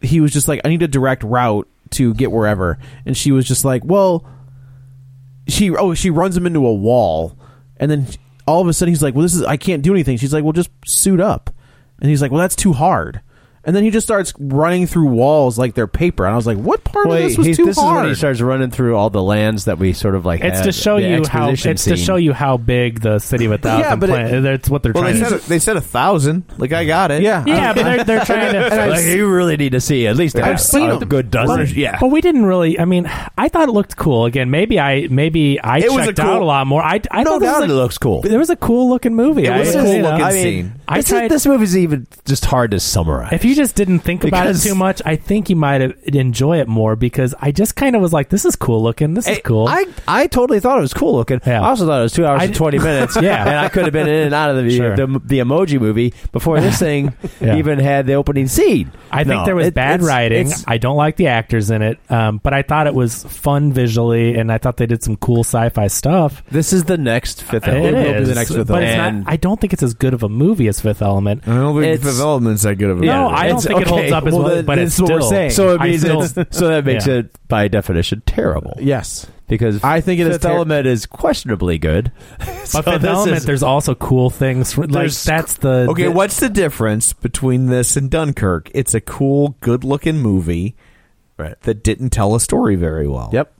Speaker 3: He was just like, I need a direct route to get wherever, and she was just like, well, she oh she runs him into a wall, and then all of a sudden he's like, well, this is I can't do anything. She's like, well, just suit up, and he's like, well, that's too hard. And then he just starts running through walls like they're paper, and I was like, "What part
Speaker 5: Well,
Speaker 3: of this was
Speaker 5: he's-
Speaker 3: too
Speaker 5: this is
Speaker 3: hard?"
Speaker 5: when he starts running through all the lands that we sort of like.
Speaker 2: It's
Speaker 5: had,
Speaker 2: to show
Speaker 5: Uh, the
Speaker 2: you how. It's
Speaker 5: exposition
Speaker 2: to
Speaker 5: scene.
Speaker 2: show you how big the city of a thousand.
Speaker 3: but it-
Speaker 2: planet- that's what they're
Speaker 1: Well, they
Speaker 2: trying.
Speaker 1: said,
Speaker 2: to
Speaker 1: a, they said a thousand. Like, I got it.
Speaker 3: yeah,
Speaker 2: Yeah, but they're they're trying to.
Speaker 5: Like, you really need to see at least a,
Speaker 3: I've seen
Speaker 5: a
Speaker 3: him.
Speaker 5: good dozen.
Speaker 1: Yeah.
Speaker 2: But we didn't really. I mean, I thought it looked cool. Again, maybe I maybe I
Speaker 1: It was a
Speaker 2: checked
Speaker 1: cool-
Speaker 2: out a lot more. I I
Speaker 5: No
Speaker 2: thought this
Speaker 5: doubt
Speaker 2: was
Speaker 5: it
Speaker 2: a-
Speaker 5: looks cool.
Speaker 2: There was a cool looking movie.
Speaker 1: It was
Speaker 2: I,
Speaker 1: a cool
Speaker 2: you know,
Speaker 1: looking
Speaker 2: I mean,
Speaker 1: scene.
Speaker 2: I
Speaker 5: this, is-
Speaker 2: tried-
Speaker 5: this movie's even just hard to summarize.
Speaker 2: If you just didn't think about
Speaker 5: Because-
Speaker 2: it too much, I think you might have- enjoy it more because I just kind of was like, "This is cool looking. This is
Speaker 5: Hey,
Speaker 2: cool."
Speaker 5: I, I totally thought it was cool looking.
Speaker 2: Yeah.
Speaker 5: I also thought it was two hours
Speaker 2: I
Speaker 5: and
Speaker 2: d-
Speaker 5: twenty minutes.
Speaker 2: <laughs> Yeah.
Speaker 5: and I could have been in and out of the
Speaker 2: <laughs> Sure.
Speaker 5: the, the emoji movie before this thing
Speaker 2: Yeah.
Speaker 5: even had the opening scene.
Speaker 2: I think
Speaker 5: No,
Speaker 2: there was
Speaker 5: it-
Speaker 2: bad
Speaker 5: it's-
Speaker 2: writing.
Speaker 5: it's-
Speaker 2: I don't like the actors in it, um, but I thought it was fun visually, and I thought they did some cool sci-fi stuff.
Speaker 5: this is the next Fifth
Speaker 2: It
Speaker 5: Element. will be
Speaker 2: is,
Speaker 5: the next Fifth
Speaker 2: but it's
Speaker 5: Element.
Speaker 2: not, I don't think it's as good of a movie as Fifth Element.
Speaker 1: I don't think
Speaker 5: It's-
Speaker 1: development's that good of a
Speaker 2: No,
Speaker 1: movie.
Speaker 2: I don't
Speaker 5: Uh, It's-
Speaker 2: think it holds up as well,
Speaker 5: then
Speaker 2: but
Speaker 5: this
Speaker 2: it's
Speaker 5: is what we're
Speaker 2: still-
Speaker 5: saying. So it
Speaker 2: I
Speaker 5: means
Speaker 2: still-
Speaker 5: <laughs> it's, so that makes
Speaker 2: Yeah.
Speaker 5: it by definition terrible.
Speaker 3: yes.
Speaker 5: because
Speaker 3: I think it is
Speaker 5: Fifth
Speaker 3: ter-
Speaker 5: Element is questionably good.
Speaker 2: But Fifth Element, there's also cool things. For, like
Speaker 5: There's-
Speaker 2: that's the
Speaker 1: Okay,
Speaker 2: the-
Speaker 1: what's the difference between this and Dunkirk? It's a cool, good looking movie
Speaker 5: Right.
Speaker 1: that didn't tell a story very well.
Speaker 3: Yep.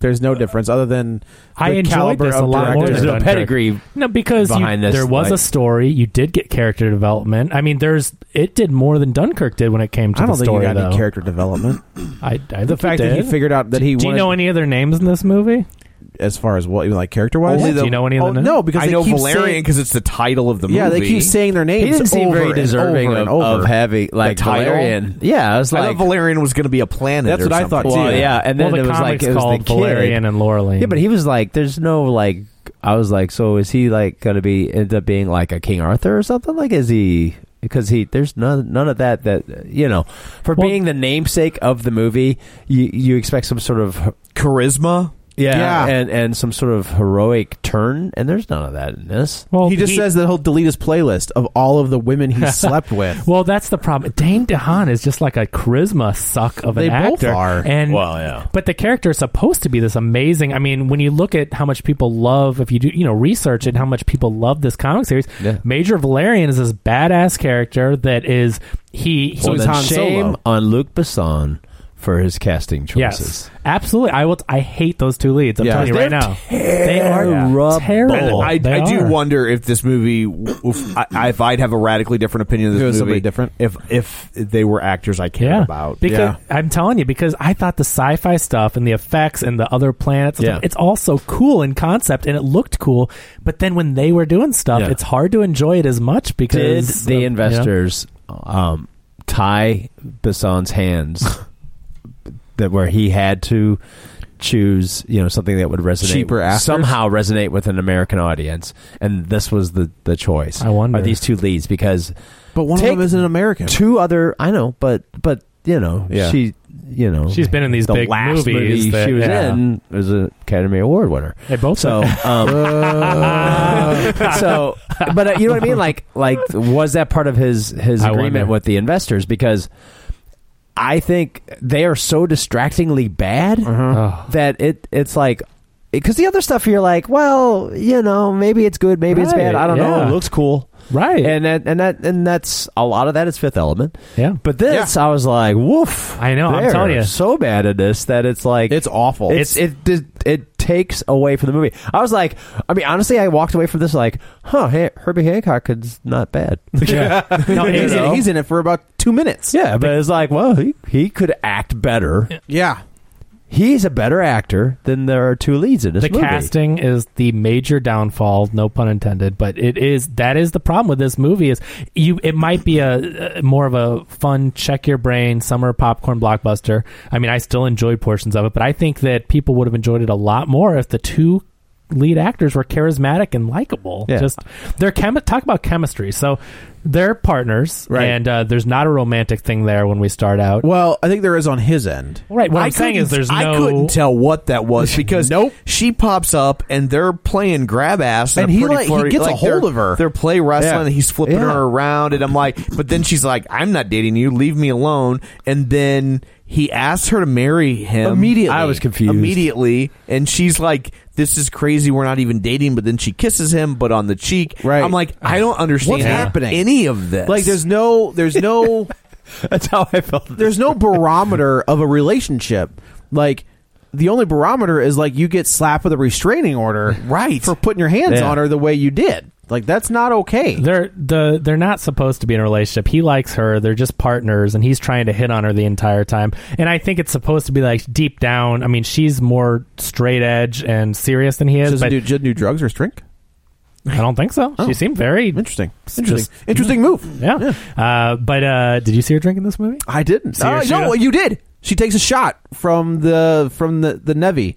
Speaker 3: There's no difference other than
Speaker 2: I
Speaker 3: the
Speaker 2: enjoyed
Speaker 3: caliber
Speaker 2: this
Speaker 3: of
Speaker 2: a lot more
Speaker 3: director.
Speaker 5: there's
Speaker 2: than
Speaker 5: no
Speaker 2: Dunkirk.
Speaker 5: pedigree.
Speaker 2: No, because you-
Speaker 5: behind this,
Speaker 2: there was a
Speaker 5: like-
Speaker 2: story. You did get character development. I mean, there's it did more than Dunkirk did when it came to
Speaker 3: I don't
Speaker 2: the
Speaker 3: think you
Speaker 2: story.
Speaker 3: got any
Speaker 2: though.
Speaker 3: character development.
Speaker 2: I, I think
Speaker 3: the
Speaker 2: you
Speaker 3: fact that he
Speaker 2: did.
Speaker 3: figured out that he
Speaker 2: Do you
Speaker 3: wanted,
Speaker 2: know any other names in this movie?
Speaker 3: as far as what even like character wise.
Speaker 2: Only the- Do you know any of the
Speaker 3: oh,
Speaker 2: names?
Speaker 3: No, because
Speaker 1: I
Speaker 3: they
Speaker 1: know
Speaker 3: keep
Speaker 1: Valerian
Speaker 3: saying-
Speaker 1: because it's the title of the
Speaker 3: yeah,
Speaker 1: movie.
Speaker 3: they keep saying their names.
Speaker 5: He didn't seem
Speaker 3: over
Speaker 5: very
Speaker 3: and
Speaker 5: deserving
Speaker 3: over
Speaker 5: of,
Speaker 3: and over.
Speaker 5: of having like
Speaker 1: title?
Speaker 5: Valerian. Yeah, I was
Speaker 1: I
Speaker 5: like,
Speaker 1: thought Valerian was going to be a planet.
Speaker 3: That's
Speaker 1: or
Speaker 3: what I
Speaker 1: something.
Speaker 3: thought,
Speaker 5: well,
Speaker 3: too.
Speaker 5: yeah, and then
Speaker 2: well, the
Speaker 5: it was like
Speaker 2: comics
Speaker 5: it was
Speaker 2: called
Speaker 5: the kid.
Speaker 2: Valerian and Laureline.
Speaker 5: Yeah, but he was like, there's no like. I was like, so is he like going to be end up being like a King Arthur or something? Like, is he? Because he, there's none none of that. That you know, for
Speaker 2: Well-
Speaker 5: being the namesake of the movie, you you expect some sort of
Speaker 1: charisma.
Speaker 5: yeah,
Speaker 3: Yeah.
Speaker 5: and and some sort of heroic turn, and there's none of that in this.
Speaker 2: well,
Speaker 3: he just says that he'll delete his playlist of all of the
Speaker 2: <laughs>
Speaker 3: women he slept with.
Speaker 2: Well, that's the problem. Dane DeHaan is just like a charisma suck of
Speaker 3: They
Speaker 2: an
Speaker 3: both
Speaker 2: actor.
Speaker 3: are.
Speaker 2: And
Speaker 5: Well, yeah.
Speaker 2: But the character is supposed to be this amazing. I mean, when you look at how much people love, if you do, you know, research it, how much people love this comic series.
Speaker 5: Yeah.
Speaker 2: Major Valerian is this badass character that is he.
Speaker 5: Well,
Speaker 2: he-
Speaker 5: then shame on Luke Besson for his casting choices.
Speaker 2: Yes, absolutely. I will. I hate those two leads. I'm
Speaker 3: Yeah.
Speaker 2: telling you right
Speaker 5: They're
Speaker 2: now, they are
Speaker 5: terrible.
Speaker 2: terrible.
Speaker 1: I,
Speaker 2: They
Speaker 1: I do
Speaker 2: are.
Speaker 1: wonder if this movie, if, I, if I'd have a radically different opinion of
Speaker 3: If it was
Speaker 1: this
Speaker 3: somebody
Speaker 1: movie,
Speaker 3: different?
Speaker 1: if if they were actors I cared
Speaker 2: yeah.
Speaker 1: about.
Speaker 2: Because I'm telling you, because I thought the sci-fi stuff and the effects and the other planets, and
Speaker 5: Yeah.
Speaker 2: stuff, it's all so cool in concept and it looked cool. But then when they were doing stuff,
Speaker 5: Yeah.
Speaker 2: it's hard to enjoy it as much
Speaker 5: Did
Speaker 2: because
Speaker 5: the
Speaker 2: of- you know.
Speaker 5: investors um, tie Besson's <laughs> hands that where he had to choose, you know, something that would resonate
Speaker 3: Cheaper actors?
Speaker 5: somehow resonate with an American audience, and this was the the choice.
Speaker 2: I wonder.
Speaker 5: are these two leads because
Speaker 3: But one
Speaker 5: Take
Speaker 3: of them is an American.
Speaker 5: Two other, I know, but but you know,
Speaker 3: Yeah.
Speaker 5: she, you know,
Speaker 2: She's been in these
Speaker 5: the
Speaker 2: big
Speaker 5: last
Speaker 2: movies
Speaker 5: movie
Speaker 2: that-
Speaker 5: she was
Speaker 2: yeah.
Speaker 5: in was an Academy Award winner.
Speaker 2: They both
Speaker 5: So,
Speaker 2: <laughs>
Speaker 5: um, so, but uh, you know what I mean? Like, like, was that part of his his
Speaker 2: I
Speaker 5: agreement
Speaker 2: wonder.
Speaker 5: with the investors? Because I think they are so distractingly bad that it it's like. Because the other stuff you're like, well, you know, maybe it's good, maybe it's
Speaker 2: Right,
Speaker 5: bad. I don't know.
Speaker 2: yeah.
Speaker 5: It looks cool,
Speaker 2: right.
Speaker 5: and that and that and that's a lot of that is Fifth Element.
Speaker 2: yeah.
Speaker 5: But this, I was like, woof.
Speaker 2: I know, I'm
Speaker 5: They're
Speaker 2: telling
Speaker 5: <laughs>
Speaker 2: you.
Speaker 5: so bad at this that it's like
Speaker 3: It's awful.
Speaker 5: it's, it, it it takes away from the movie. I was like, I mean, honestly, I walked away from this like, huh, hey, Herbie Hancock is not bad. <laughs>
Speaker 2: Yeah. No,
Speaker 5: You
Speaker 3: he's,
Speaker 2: it's-
Speaker 3: in,
Speaker 5: know?
Speaker 3: he's in it for about two minutes.
Speaker 5: yeah, but it's like, well, he he could act better.
Speaker 3: Yeah.
Speaker 5: He's a better actor than there are two leads in this
Speaker 2: the
Speaker 5: movie.
Speaker 2: casting is the major downfall no pun intended but it is that is the problem with this movie is you it might be a uh, more of a fun check your brain summer popcorn blockbuster i mean i still enjoyed portions of it but i think that people would have enjoyed it a lot more if the two lead actors were charismatic and likable
Speaker 5: Yeah.
Speaker 2: just they're chemi- talk about chemistry so they're partners
Speaker 3: Right.
Speaker 2: and uh, there's not a romantic thing there when we start out
Speaker 3: Well, I think there is on his end.
Speaker 2: Right, what
Speaker 3: I
Speaker 2: I'm saying is
Speaker 3: couldn't-
Speaker 2: there's
Speaker 3: I
Speaker 2: no-
Speaker 3: couldn't tell what that
Speaker 5: <laughs>
Speaker 3: was because
Speaker 5: Nope.
Speaker 3: she pops up and they're playing grab ass and,
Speaker 5: And he,
Speaker 3: pretty
Speaker 5: like, he
Speaker 3: flirty-
Speaker 5: gets a
Speaker 3: like,
Speaker 5: hold
Speaker 3: they're-
Speaker 5: of her.
Speaker 3: They're play wrestling
Speaker 5: Yeah.
Speaker 3: and he's flipping
Speaker 5: Yeah.
Speaker 3: her around and I'm like, but then she's like, I'm not dating you. Leave me alone. And then he asks her to marry him
Speaker 5: Immediately. I was confused.
Speaker 3: Immediately, and she's like. This is crazy. We're not even dating, but then she kisses him, but on the cheek.
Speaker 5: Right.
Speaker 3: I'm like, I don't understand
Speaker 5: What's happening?
Speaker 3: Any of this?
Speaker 5: Like, there's
Speaker 3: no,
Speaker 1: <laughs>
Speaker 3: there's no
Speaker 5: That's how I felt.
Speaker 3: there's no barometer of a relationship. Like the only barometer is like you get slapped with a restraining order, right, for putting your hands
Speaker 5: Yeah.
Speaker 3: on her the way you did. Like that's not okay.
Speaker 2: They're the they're not supposed to be in a relationship. He likes her. They're just partners, and he's trying to hit on her the entire time. And I think it's supposed to be like deep down. I mean, she's more straight edge and serious than he is, but
Speaker 3: do drugs or drink.
Speaker 2: I don't think so. She seemed very
Speaker 3: Interesting, interesting,
Speaker 2: just-
Speaker 3: interesting move.
Speaker 2: yeah. Uh, but uh, did you see her drink in this movie?
Speaker 3: I didn't.
Speaker 2: See her
Speaker 3: Uh,
Speaker 2: shoot
Speaker 3: no,
Speaker 2: up?
Speaker 3: you did. She takes a shot from the from the the Nevi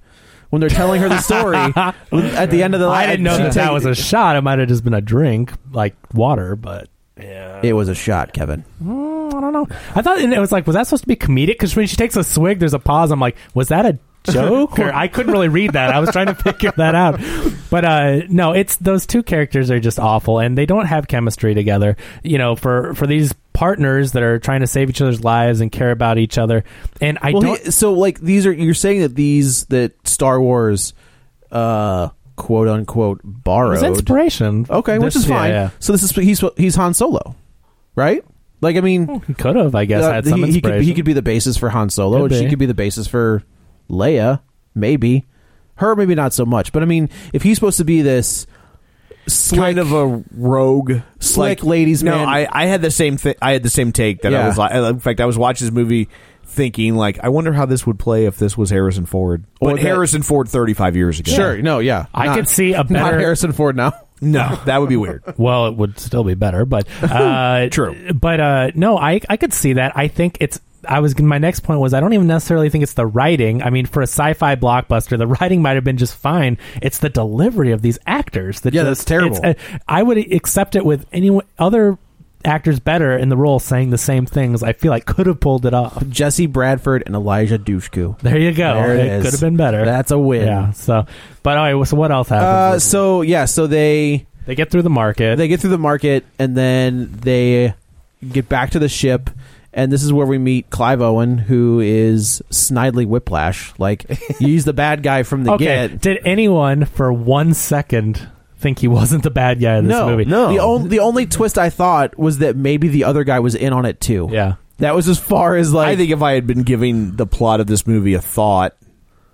Speaker 3: when they're telling her the story at the end of the.
Speaker 2: I didn't know
Speaker 3: she
Speaker 2: that
Speaker 3: take-
Speaker 2: that was a shot. It might have just been a drink, like water, but. Yeah, Hmm,
Speaker 3: It was a shot, Kevin.
Speaker 2: I don't know. I thought and it was like, was that supposed to be comedic? Because when she takes a swig, there's a pause. I'm like, was that <laughs> a joke? or I couldn't really read that. I was trying to figure <laughs> that out. But uh, no, it's those two characters are just awful, and they don't have chemistry together. You know, for for these partners that are trying to save each other's lives and care about each other, and I
Speaker 3: well,
Speaker 2: don't.
Speaker 3: he- so like these are you're saying that these that Star Wars, uh, quote unquote,
Speaker 2: it was
Speaker 3: borrowed.
Speaker 2: inspiration.
Speaker 3: okay, which
Speaker 2: This-
Speaker 3: is fine.
Speaker 2: Yeah, yeah.
Speaker 3: So this is he's he's Han Solo, right? Like I mean,
Speaker 2: He could have, I guess,
Speaker 3: uh,
Speaker 2: had some
Speaker 3: he, he could
Speaker 2: inspiration.
Speaker 3: he could be the basis for Han Solo,
Speaker 2: Could
Speaker 3: and she
Speaker 2: be.
Speaker 3: could be the basis for Leia, maybe. Her maybe not so much, but I mean, if he's supposed to be this slick,
Speaker 1: kind of a rogue
Speaker 3: slick
Speaker 1: like-
Speaker 3: ladies
Speaker 1: No,
Speaker 3: man.
Speaker 1: I, I had the same thing. I had the same take that
Speaker 3: Yeah.
Speaker 1: I was like. In fact, I was watching this movie thinking like, I wonder how this would play if this was Harrison Ford,
Speaker 3: Or
Speaker 1: but
Speaker 3: that-
Speaker 1: Harrison Ford thirty five years ago.
Speaker 3: sure, no, yeah,
Speaker 2: I
Speaker 3: Not-
Speaker 2: could see a
Speaker 3: <laughs> not
Speaker 2: better-
Speaker 3: Harrison Ford now.
Speaker 1: no, that would be weird.
Speaker 2: Well, it would still be better, but
Speaker 3: <laughs>
Speaker 2: uh,
Speaker 1: True.
Speaker 2: But uh, no, I I could see that. I think it's. I was my next point was I don't even necessarily think it's the writing. I mean, for a sci-fi blockbuster, the writing might have been just fine. It's the delivery of these actors that
Speaker 3: Yeah,
Speaker 2: just-
Speaker 3: that's terrible.
Speaker 2: it's- uh, I would accept it with any other actors better in the role saying the same things. I feel like could have pulled it off. <laughs>
Speaker 3: Jesse Bradford and Elijah Dushku.
Speaker 2: There you go.
Speaker 3: There it is.
Speaker 2: could have been better.
Speaker 3: That's a win.
Speaker 2: Yeah. So, but all right. So what else happens?
Speaker 3: Uh, so yeah, so they
Speaker 2: they get through the market.
Speaker 3: they get through the market and then they get back to the ship, and this is where we meet Clive Owen, who is Snidely Whiplash.
Speaker 2: <laughs>
Speaker 3: Like he's the bad guy from the
Speaker 2: okay.
Speaker 3: get.
Speaker 2: Did anyone for one second think he wasn't the bad guy in this
Speaker 3: No,
Speaker 2: movie?
Speaker 3: The only the only twist I thought was that maybe the other guy was in on it too.
Speaker 2: Yeah.
Speaker 3: that was as far as like
Speaker 1: I think if I had been giving the plot of this movie a thought,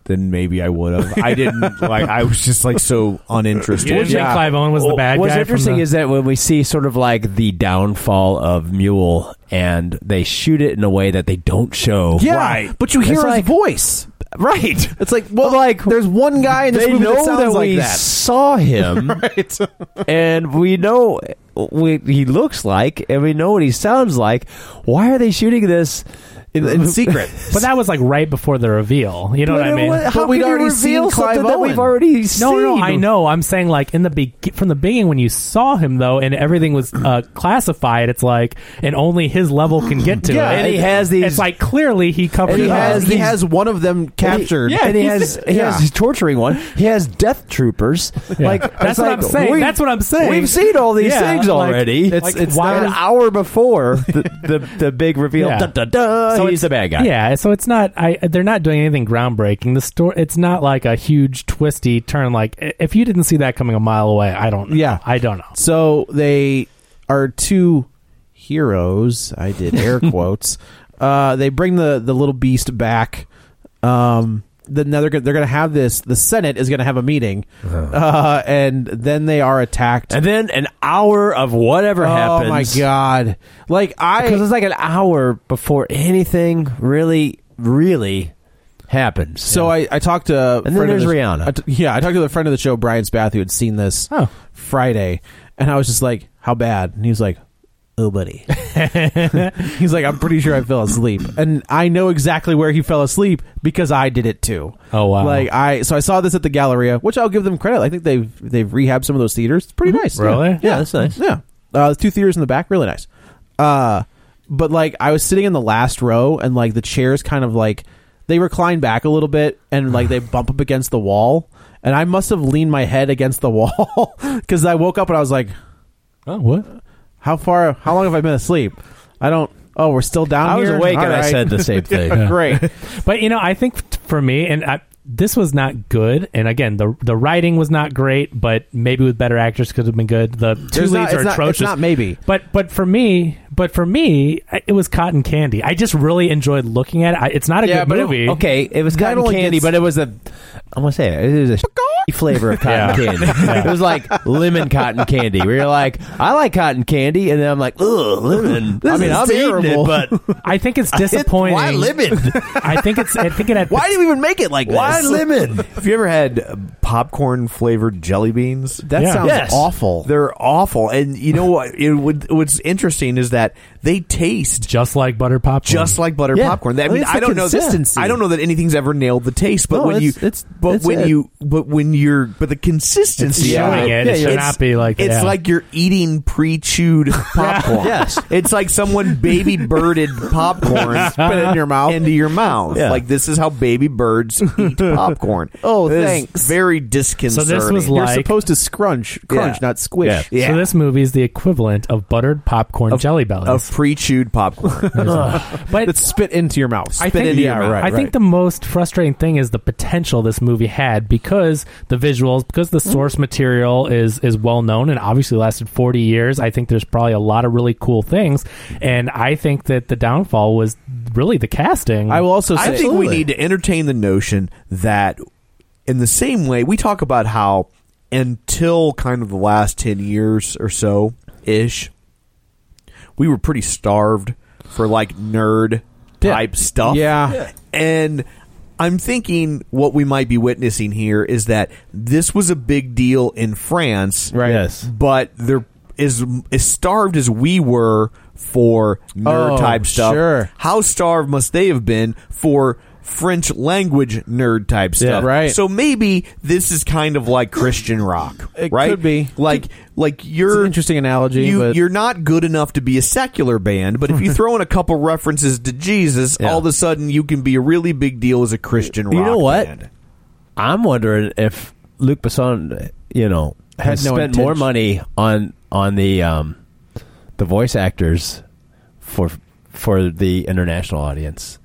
Speaker 1: then maybe I would have. I didn't like. I was just like so uninterested.
Speaker 2: You didn't think Clive Owen was the bad
Speaker 5: What's
Speaker 2: guy? from
Speaker 5: interesting
Speaker 2: the-
Speaker 5: is that when we see sort of like the downfall of Mule, and they shoot it in a way that they don't show.
Speaker 3: yeah,
Speaker 5: right.
Speaker 3: but you hear
Speaker 5: It's
Speaker 3: his
Speaker 5: like-
Speaker 3: voice.
Speaker 5: right.
Speaker 3: It's like well, like there's one guy in this
Speaker 5: they
Speaker 3: movie
Speaker 5: know
Speaker 3: that sounds like
Speaker 5: we
Speaker 3: that.
Speaker 5: saw <laughs> him, and we know we, he looks like, and we know what he sounds like. Why are they shooting this
Speaker 3: in, in
Speaker 2: <laughs>
Speaker 3: secret.
Speaker 2: But that was like right before the reveal. You know what I mean?
Speaker 5: How
Speaker 3: we'd
Speaker 5: could you
Speaker 3: already seen
Speaker 5: reveal
Speaker 3: Clive
Speaker 5: something that
Speaker 3: Owen.
Speaker 5: we've already seen?
Speaker 2: No, no, I know. I'm saying like in the be- from the beginning when you saw him though, and everything was uh, classified. It's like, and only his level can get to
Speaker 5: Yeah,
Speaker 2: it.
Speaker 5: and he has these-
Speaker 2: It's like clearly he covered.
Speaker 5: and
Speaker 3: he
Speaker 2: it up.
Speaker 3: has he has one of them captured.
Speaker 5: And he,
Speaker 3: <laughs>
Speaker 5: and he
Speaker 2: Yeah,
Speaker 5: has he
Speaker 3: yeah.
Speaker 5: has his torturing one. He has death troopers. Like
Speaker 2: <laughs> That's
Speaker 5: it's
Speaker 2: what
Speaker 5: like,
Speaker 2: I'm saying.
Speaker 5: we-
Speaker 2: That's what I'm saying.
Speaker 5: We've seen all these
Speaker 2: Yeah,
Speaker 5: things
Speaker 2: like-
Speaker 5: already.
Speaker 2: It's-
Speaker 5: it's
Speaker 2: like,
Speaker 5: it's
Speaker 2: why
Speaker 5: an
Speaker 2: was-
Speaker 5: hour before the the, the big reveal.
Speaker 2: Yeah.
Speaker 5: Duh, duh, duh,
Speaker 2: So
Speaker 5: he's
Speaker 2: it's-
Speaker 5: the bad guy.
Speaker 2: Yeah, so it's not. I they're not doing anything groundbreaking. The story. It's not like a huge twisty turn. Like i- if you didn't see that coming a mile away, I don't. Know.
Speaker 3: Yeah.
Speaker 2: I don't know.
Speaker 3: So they are two heroes. I did air
Speaker 5: <laughs>
Speaker 3: quotes. Uh, they bring the the little beast back. Um, then now they're go- they're going to have this. The Senate is going to have a meeting, uh, and then they are attacked.
Speaker 5: Uh-huh. And then an hour of whatever
Speaker 3: oh
Speaker 5: happens.
Speaker 3: my god! Like I,
Speaker 5: Because it's like an hour before anything really, really happens.
Speaker 3: So I, I talked to a
Speaker 5: then
Speaker 3: friend of
Speaker 5: there's
Speaker 3: the-
Speaker 5: Rihanna.
Speaker 3: I t- yeah, I talked to the friend of the show, Brian Spath, who had seen this
Speaker 2: Oh.
Speaker 3: Friday, and I was just like, "How bad?" And he was like, "Oh, buddy." He's like, "I'm pretty sure I fell asleep," and I know exactly where he fell asleep because I did it too.
Speaker 2: Oh, wow.
Speaker 3: Like I, so I saw this at the Galleria, which I'll give them credit. I think they've they've rehabbed some of those theaters. It's pretty nice.
Speaker 2: Really?
Speaker 3: Yeah.
Speaker 5: Yeah, that's nice.
Speaker 3: Yeah. Uh, the two theaters in the back, really nice. Uh, but like I was sitting in the last row, and like the chairs kind of like they recline back a little bit, and like they bump up against the wall, and I must have leaned my head against the wall <laughs> because I woke up and I was like,
Speaker 2: Oh, what?
Speaker 3: "How far? How long have I been asleep? I don't. Oh, we're still down
Speaker 5: I was
Speaker 3: here?
Speaker 5: awake
Speaker 3: All
Speaker 5: and I
Speaker 3: right.
Speaker 5: said the
Speaker 3: <laughs>
Speaker 5: same thing.
Speaker 3: Great.
Speaker 2: But you know, I think t- for me, and I, this was not good. And again, the the writing was not great, but maybe with better actors could have been good. The two
Speaker 3: There's
Speaker 2: leads
Speaker 3: not- it's
Speaker 2: are
Speaker 3: not- it's
Speaker 2: atrocious.
Speaker 3: not maybe.
Speaker 2: But but for me, but for me, I- it was cotton candy. I just really enjoyed looking at it. I, it's not a good
Speaker 5: but it-
Speaker 2: movie.
Speaker 5: okay, it was cotton
Speaker 3: only
Speaker 5: candy,
Speaker 3: gets-
Speaker 5: but it was a. I'm gonna say it, it was a flavor of cotton
Speaker 2: Yeah.
Speaker 5: candy. It was
Speaker 3: <laughs>
Speaker 5: like lemon cotton candy. Where you're like, I like cotton candy, and then I'm like, ugh, lemon. I mean,
Speaker 3: is
Speaker 5: I'm
Speaker 3: terrible.
Speaker 5: eating it, but
Speaker 2: I think
Speaker 3: <laughs>
Speaker 2: it's disappointing.
Speaker 5: why lemon?
Speaker 2: I think it's. I think it had.
Speaker 3: Why do you even make it like this?
Speaker 5: Why
Speaker 1: <laughs>
Speaker 5: lemon?
Speaker 1: Have you ever had uh, popcorn flavored jelly beans?
Speaker 3: That
Speaker 2: Yeah.
Speaker 3: sounds
Speaker 5: Yes.
Speaker 3: awful.
Speaker 1: They're awful, and you know what? It would, what's interesting is that they taste
Speaker 2: just like butter popcorn.
Speaker 1: just like butter
Speaker 3: Yeah.
Speaker 1: popcorn. I
Speaker 3: Well,
Speaker 1: mean,
Speaker 3: it's the
Speaker 1: I don't know. That,
Speaker 3: consistency.
Speaker 1: I don't know that anything's ever nailed the taste, but
Speaker 3: No,
Speaker 1: when
Speaker 3: it's-
Speaker 1: you,
Speaker 3: it's-
Speaker 1: but
Speaker 3: it's
Speaker 1: when
Speaker 3: it.
Speaker 1: you, but when you're, but the consistency,
Speaker 2: It's
Speaker 1: of
Speaker 2: showing it. It should
Speaker 1: it's-
Speaker 2: not be like that.
Speaker 1: It's
Speaker 2: Yeah.
Speaker 1: like you're eating pre-chewed
Speaker 2: <laughs>
Speaker 1: popcorn.
Speaker 5: Yes.
Speaker 1: it's like someone baby birded popcorn,
Speaker 3: <laughs>
Speaker 1: spit it in your mouth, into your mouth.
Speaker 5: Yeah.
Speaker 1: Like this is how baby birds
Speaker 3: <laughs>
Speaker 1: eat popcorn.
Speaker 3: Oh,
Speaker 1: It is
Speaker 3: thanks.
Speaker 1: Very disconcerting.
Speaker 2: was
Speaker 3: You're
Speaker 2: like-
Speaker 3: supposed to scrunch, crunch,
Speaker 1: Yeah.
Speaker 3: not squish.
Speaker 5: Yeah.
Speaker 1: yeah.
Speaker 2: So this movie is the equivalent of buttered popcorn jelly bellies.
Speaker 1: of pre-chewed popcorn.
Speaker 3: <laughs>
Speaker 5: <laughs>
Speaker 2: but
Speaker 3: It's spit into your mouth.
Speaker 2: I
Speaker 3: Spit
Speaker 2: think,
Speaker 3: into your mouth.
Speaker 2: I think the most frustrating thing is the potential this movie had because the visuals, because the source material is is well known and obviously lasted 40 years. I think there's probably a lot of really cool things, and I think that the downfall was really the casting.
Speaker 3: I will also say
Speaker 1: I think we need to entertain the notion that, in the same way, we talk about how until kind of the last 10 years or so ish, we were pretty starved for like nerd type stuff.
Speaker 3: Yeah. Yeah.
Speaker 1: And. I'm thinking what we might be witnessing here is that this was a big deal in France,
Speaker 3: <laughs> Right. Yes.
Speaker 1: But there is as starved as we were for nerd
Speaker 3: Oh,
Speaker 1: type stuff.
Speaker 3: sure.
Speaker 1: How starved must they have been for French language nerd type stuff?
Speaker 3: right.
Speaker 1: So maybe this is kind of like Christian rock,
Speaker 3: It
Speaker 1: right?
Speaker 3: could be.
Speaker 1: like like you're
Speaker 3: It's an interesting analogy,
Speaker 1: You,
Speaker 3: but-
Speaker 1: You're not good enough to be a secular band, but
Speaker 3: <laughs>
Speaker 1: if you throw in a couple references to Jesus, all of a sudden you can be a really big deal as a Christian rock.
Speaker 5: You know what?
Speaker 1: band.
Speaker 5: I'm wondering if Luc Besson, you know, has
Speaker 3: Had no
Speaker 5: spent
Speaker 3: intention.
Speaker 5: more money on on the um, the voice actors for for the international audience.